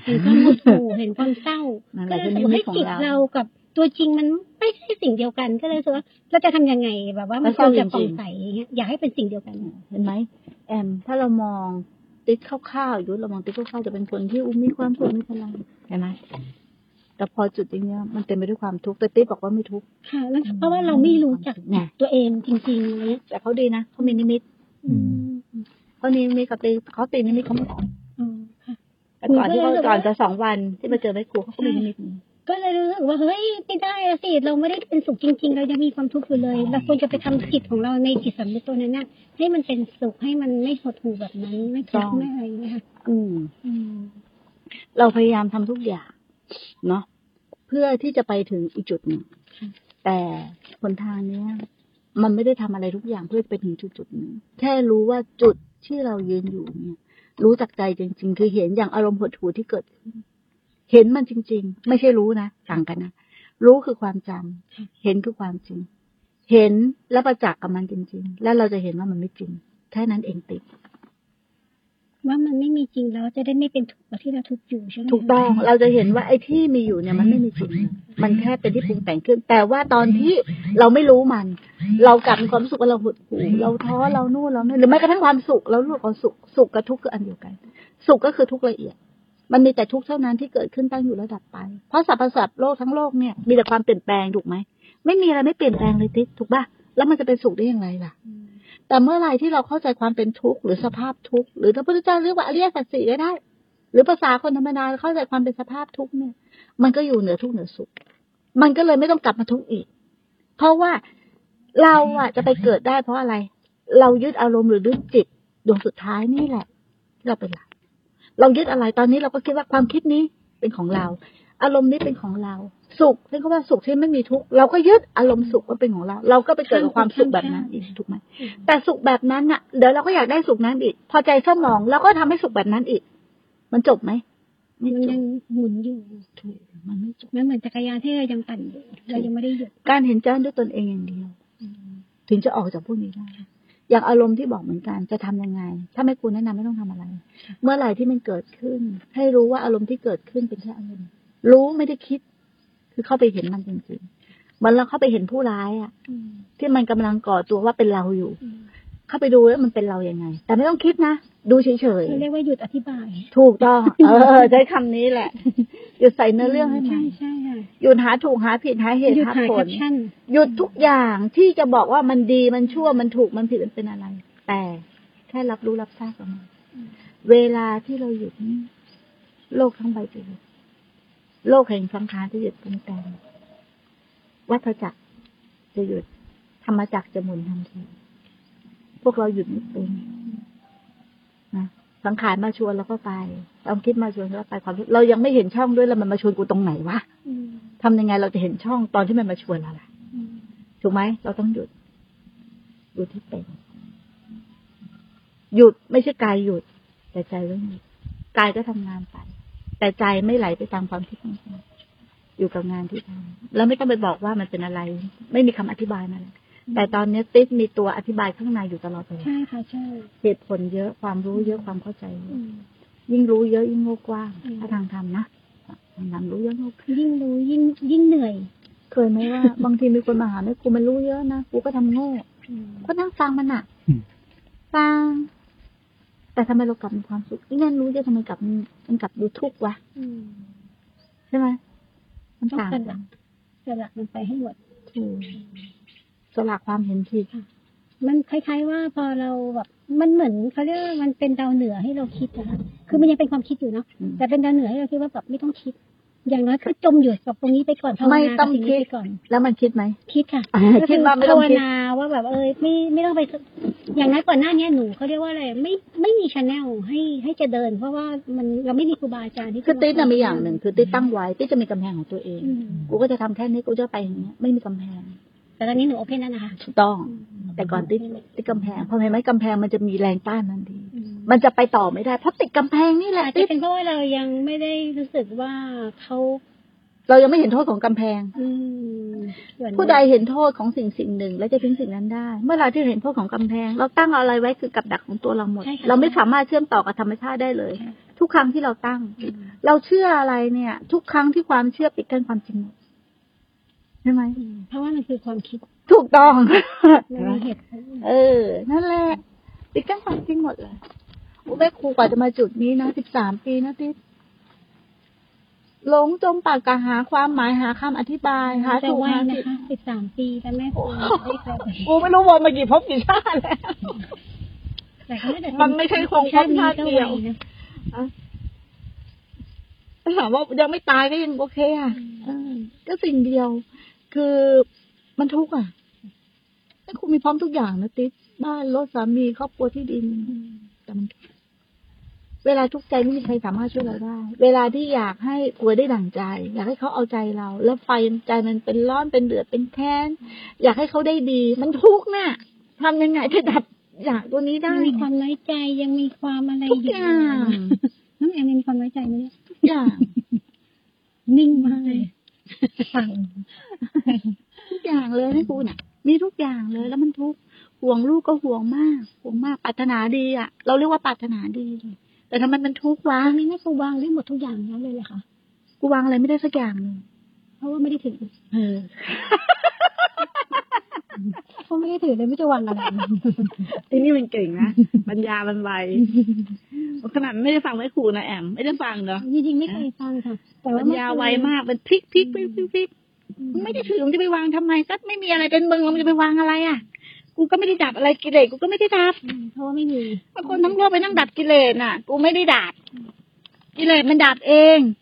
เห็นความหมด ถูกเห็นความเศร้า นั่นแห ก็ ละ เลย เป็น รู้ นิ สึกว่าเฮ้ยมิตของ จิต เรา เรากับตัวจริงมันไม่ใช่สิ่งเดียวกัน ก็เลยรู้สึกว่าเราจะทำยังไงแบบว่ามันควรจะสงสัยอย่างเงี้ยอยากให้เป็นสิ่งเดียวกัน เห็นไหมแอม ถ้าเรามองติ๊กคร่าวๆอยู่เรามองติ๊กคร่าวๆจะเป็นคนที่อุ้มมีความสุขมีพลังเห็นไหมแต่พอจุดอย่างเงี้ยมันเต็มไปด้วยความทุกข์แต่ติ๊กบอกว่าไม่ทุกข์ ค่ะแล้วเพราะว่าเราไม่รู้จัก เนี่ย ตัวเองจริงๆอะไรเงี้ย แต่เขาดีนะเขามีนิมิต อืม เขานิมิตเขาตีเขาตีนิมิตเขาไม่ออก อ๋อค่ะ แต่ก่อนที่เขาก่อนจะสองวันที่มาเจอแม่ครูเขาก็มีนิมิตนี้ ก็เลยรู้สึกว่าเฮ้ยไม่ได้อะสิเราไม่ได้เป็นสุขจริง ๆ เรายังมีความทุกข์อยู่เลยเราควรจะไปทำจิตของเราในจิตสำนึกตัวนั้นนะให้มันเป็นสุขให้มันไม่หดหู่แบบนั้นไม่ทุกข์ไม่อะไรอย่างเงี้ยค่ะ อืม เราพยายามทำทุกอย่าง เนาะเพื่อที่จะไปถึงอีกจุดหนึ่งแต่หนทางเนี้ย มันไม่ได้ทำอะไรทุกอย่างเพื่อไปถึงจุดจุดๆหนึ่งแค่รู้ว่าจุดที่เรายืนอยู่เนี่ย รู้จากใจจริง ๆ คือเห็นอย่างอารมณ์หดหู่ที่เกิดขึ้น เห็นมันจริง ๆ ไม่ใช่รู้นะต่างกันนะรู้คือความจำเห็นคือความจริง เห็นและประจักษ์กับมันจริง ๆ แล้วเราจะเห็นว่ามันไม่จริงแค่นั้นเองติก ว่ามันไม่มีจริงแล้วจะได้ไม่เป็นทุกข์แบบที่เราทุกข์อยู่ใช่ไหมคะ ถูกต้องเราจะเห็นว่าไอ้ที่มีอยู่เนี่ยมันไม่มีจริง มันแค่เป็นที่ปรุงแต่งขึ้น แต่ว่าตอนที่เราไม่รู้มัน เรากลับมีความรู้สุขว่าเราหดหู่เราท้อเรานู่นเรานี่นหรือแม้กระทั่งความสุขเราลูกความสุขสุขกับทุกข์คืออันเดียวกัน สุขก็คือทุกข์ละเอียด มันมีแต่ทุกข์เท่านั้นที่เกิดขึ้นตั้งอยู่ระดับไป เพราะสรรพสัตว์โลกทั้งโลกเนี่ยมีแต่ความเปลี่ยนแปลงถูกไหมไม่มีอะไรไม่เปลี่ยนแปลงเลยทิศถูกป่ะแล้วมันจะเป็นสุขได้อย่างไรล่ะ แต่เมื่อไหรที่เราเข้าใจความเป็นทุกข์หรือสภาพทุกข์หรือพระพุทธเจ้าเรียกว่าอริยสัจสี่ก็ได้ หรือภาษาคนธรรมดาเข้าใจความเป็นสภาพทุกข์เนี่ย มันก็อยู่เหนือทุกข์เหนือสุข มันก็เลยไม่ต้องกลับมาทุกข์อีก เพราะว่าเราอะจะไปเกิดได้เพราะอะไร เรายึดอารมณ์หรือยึดจิตดวงสุดท้ายนี่แหละที่เราเป็นหลักเรายึดอะไรตอนนี้เราก็คิดว่าความคิดนี้เป็นของเรา อารมณ์นี้เป็นของเรา สุขเรียกว่าสุขที่ไม่มีทุกข์เราก็ยึดอารมณ์สุขว่าเป็นของเรา เราก็ไปเกิดกับความสุขแบบนั้นอีกถูกไหม แต่สุขแบบนั้นน่ะ เดี๋ยวเราก็อยากได้สุขนั้นอีก พอใจเศร้าหมองแล้วก็ทำให้สุขแบบนั้นอีก มันจบไหมไม่ มัน จ ยั บ งหมุนอยู่ มันไม่จบ มันเหมือนจักรยานที่เรายังปั่นอยู่เรายังไม่ได้หยุด การเห็นแจ้งด้วยตนเองอย่างเดียว ถึงจะออกจากพวกนี้ได้ อย่างอารมณ์ที่บอกเหมือนกันจะทำยังไง ถ้าไม่คุณแนะนำไม่ต้องทำอะไร เมื่อไหร่ที่มันเกิดขึ้น ให้รู้ว่าอารมณ์ที่เกิดขึ้นเป็นแค่อารมณ์ รู้ไม่ได้คิด คือเข้าไปเห็นมันจริงๆเหมันเราเข้าไปเห็นผู้ร้ายอะที่มันกำลังก่อตัวว่าเป็นเราอยู่ เข้าไปดูว่ามันเป็นเรายังไง แต่ไม่ต้องคิดนะ ดูเฉย เขาเรียกว่าหยุดอธิบาย ๆ ถูกต้อง เออใช้คำนี้แหละ หยุดใส่เนื้อเรื่องให้มั ใช่ น ใช่ค่ะ หยุดหาถูกหาผิดหาเหตุ หยุด หา หา ผ แค ล ปชั่น หยุดทุกอย่างที่จะบอกว่ามันดีมันชั่วมันถูกมันผิดมันเป็นอะไร แต่แค่รับรู้รับทราบกับมันเวลาที่เราหยุดนี่โลกทั้งใบจะหยุดโลกแห่งสังขารจะหยุดเป็นแต่งวัฏจักรจะหยุด ธรรมจักรจะหมุนทันทีพวกเราหยุดไม่เป็นนะสังขารมาชวนเราก็ไปความคิดมาชวนเราก็ไปความรู้เรายังไม่เห็นช่องด้วยแล้วมันมาชวนกูตรงไหนวะ ทำยังไงเราจะเห็นช่องตอนที่มันมาชวนเราล่ะ ถูกไหม เราต้องหยุด หยุดที่เป็น หยุดไม่ใช่กายหยุด แต่ใจไม่หยุดกายก็ทำงานไป แต่ใจไม่ไหลไปตามความคิดของเราอยู่กับงานที่ทำแล้วไม่ต้องไปบอกว่ามันเป็นอะไร ไม่มีคำอธิบายมันเลยแต่ตอนนี้ติ๊กมีตัวอธิบายข้างในอยู่ตลอดเลย ใช่ค่ะใช่ เหตุผลเยอะความรู้เยอะความเข้าใจเยอะยิ่งรู้เยอะยิ่งโง่กว้าง อืม ถ้าทางธรรมนะทางธรรมรู้เยอะโง่ ยิ่งรู้ยิ่งยิ่งเหนื่อย เคยไหมว่า บางทีมีคนมาหาแม่กูมันรู้เยอะนะกูก็ทำโง่ก็นั่งฟังมันอะ อืม ฟัง แต่ทำไมเรากลับมีความสุขอีนั่นรู้เยอะทำไมกลับมีมันกลับดูทุกข์วะใช่ไหมมันต่าง ต้ กั อน งกันอะ สลักมันไปให้หมด ถูกสละความเห็นผิด มันคล้ายๆว่าพอเราแบบมันเหมือนเขาเรียกว่ามันเป็นดาวเหนือให้เราคิดนะคะคือมันยังเป็นความคิดอยู่เนาะ อืม แต่เป็นดาวเหนือให้เราคิดว่าแบบไม่ต้องคิด อย่างน้อยคือจมอยู่กับตรงนี้ไปก่อนภาว ไม่ นา ต้ กั อบ ง สิ่ง คิ นี้ ด ไปก่อน แล้วมันคิดไหม คิดค่ะ อ่า ก็ คิดว่าไม่ต้อง ภาว คิด นาว่าแบบเออไม่ไม่ต้องไปสอย่างนั้นก่อนหน้าเนี้ยหนูเขาเรียกว่าอะไรไม่ไม่มีชแนลให้ให้จะเดิน เพราะว่ามันเราไม่มีครูบาอาจารย์ที่จะ คือติ๊ดน่ะมีอย่างหนึ่งคือติ๊ดตั้งไว้ติ๊ดจะมีกำแพงของตัวเอง อืม กูก็จะทำแค่นี้กูจะไปอย่างเงี้ยไม่มีกำแพง แต่ตอนนี้หนูโอเพนแล้วนะคะ ถูกต้อง แต่ก่อนติ๊ดติ๊ดกำแพงพอเห็นไหมกำแพงมันจะมีแรงต้านมันดี มันจะไปต่อไม่ได้เพราะติดกำแพงนี่แหละ อาจจะ ติ๊ด เป็นเพราะว่าเรายังไม่ได้รู้สึกว่าเขา เรายังไม่เห็นโทษของกำแพง อืมส่วน ผู้ใดเห็นโทษของสิ่งสิ่งหนึ่ง และจะทิ้งสิ่งนั้นได้ เมื่อเราที่เห็นโทษของกำแพง เราตั้งอะไรไว้คือกับดักของตัวเราหมด เราไม่สามารถเชื่อมต่อกับธรรมชาติได้เลย ทุกครั้งที่เราตั้ง เราเชื่ออะไรเนี่ย ทุกครั้งที่ความเชื่อปิดกั้นความจริงหมดใช่ไหม อืมเพราะว่ามันคือความคิด ถูกต้อง มันมีเหตุผล เออ นั่นแหละปิดกั้นความจริงหมดเลยโอ้แม่ครูกว่าจะมาจุดนี้นะสิบสามปีนะติ๊ดหลงจมปากกะหาความหมายหาคำอธิบายหา จะ ถูก วัย หา นะ ผิด คะ 13 ปีแต่แม่ครูไม่เคยไป กูไม่รู้วนมากี่ภพกี่ชาติแล้ว แต่ก็ด้แต่ มันไม่ใช่ของ ชาตินี้ ชาติ ก็ เดี วั ย ยว นะ ถามว่ายังไม่ตายก็ยังโอเคอ่ะเออก็สิ่งเดียว คือมันทุกข์อ่ะแต่คุณมีพร้อมทุกอย่างนะติ๊บบ้านรถสามีครอบครัวที่ดินแต่มันทุกข์เวลาทุกข์ใจไม่มีใครสามารถช่วยเราได้ เวลาที่อยากให้กลัวได้ดั่งใจ อยากให้เขาเอาใจเรา แล้วไฟใจมันเป็นร้อนเป็นเดือดเป็นแค้นอยากให้เขาได้ดี มันทุกข์น่ะทำยังไงจะดับอยากตัวนี้ ยั ได้ งมีความน้อยใจยังมีความอะไร ทุก อยู่ อย่าง น้องแอมยังมีความน้อยใจไหมเนี่ย ทุกอย่าง นิ่งมากเลย ทุกอย่างเลยให้กูน่ะ มีทุกอย่างเลยแล้วมันทุกข์ห่วงลูกก็ห่วงมากห่วงมากปรารถนาดีอ่ะ เราเรียกว่าปรารถนาดี แต่ทำไมมันทุกข์วะ ตอนนี้แม่ครูวางได้หมดทุกอย่างแล้วเลยเหรอคะ กูวางอะไรไม่ได้สักอย่างหนึ่ง เพราะว่าไม่ได้ถือ เออ เพราะไม่ได้ถือเลยไม่จะวางอะไร ทีนี่มันเก่งนะ ปัญญามันไวขนาดไม่ได้ฟังไว้ครูนะแอม ไม่ได้ฟังเนาะ จริงๆไม่เคยฟังค่ะ แต่ว่า ปัญญาไวมากมันพลิกพลิกพลิกพลิกพลิกมันไม่ได้ถือมันจะไปวางทำไมก็ไม่มีอะไรเป็นมึงแล้วมันจะไปวางอะไรอ่ะ กูก็ไม่ได้ดับอะไรกิเลสกูก็ไม่ได้ดับ เพราะว่าไม่มี บางคนทั้งโลกไปนั่งดับกิเลสน่ะ กูไม่ได้ดับกิเลสมันดับเอง อ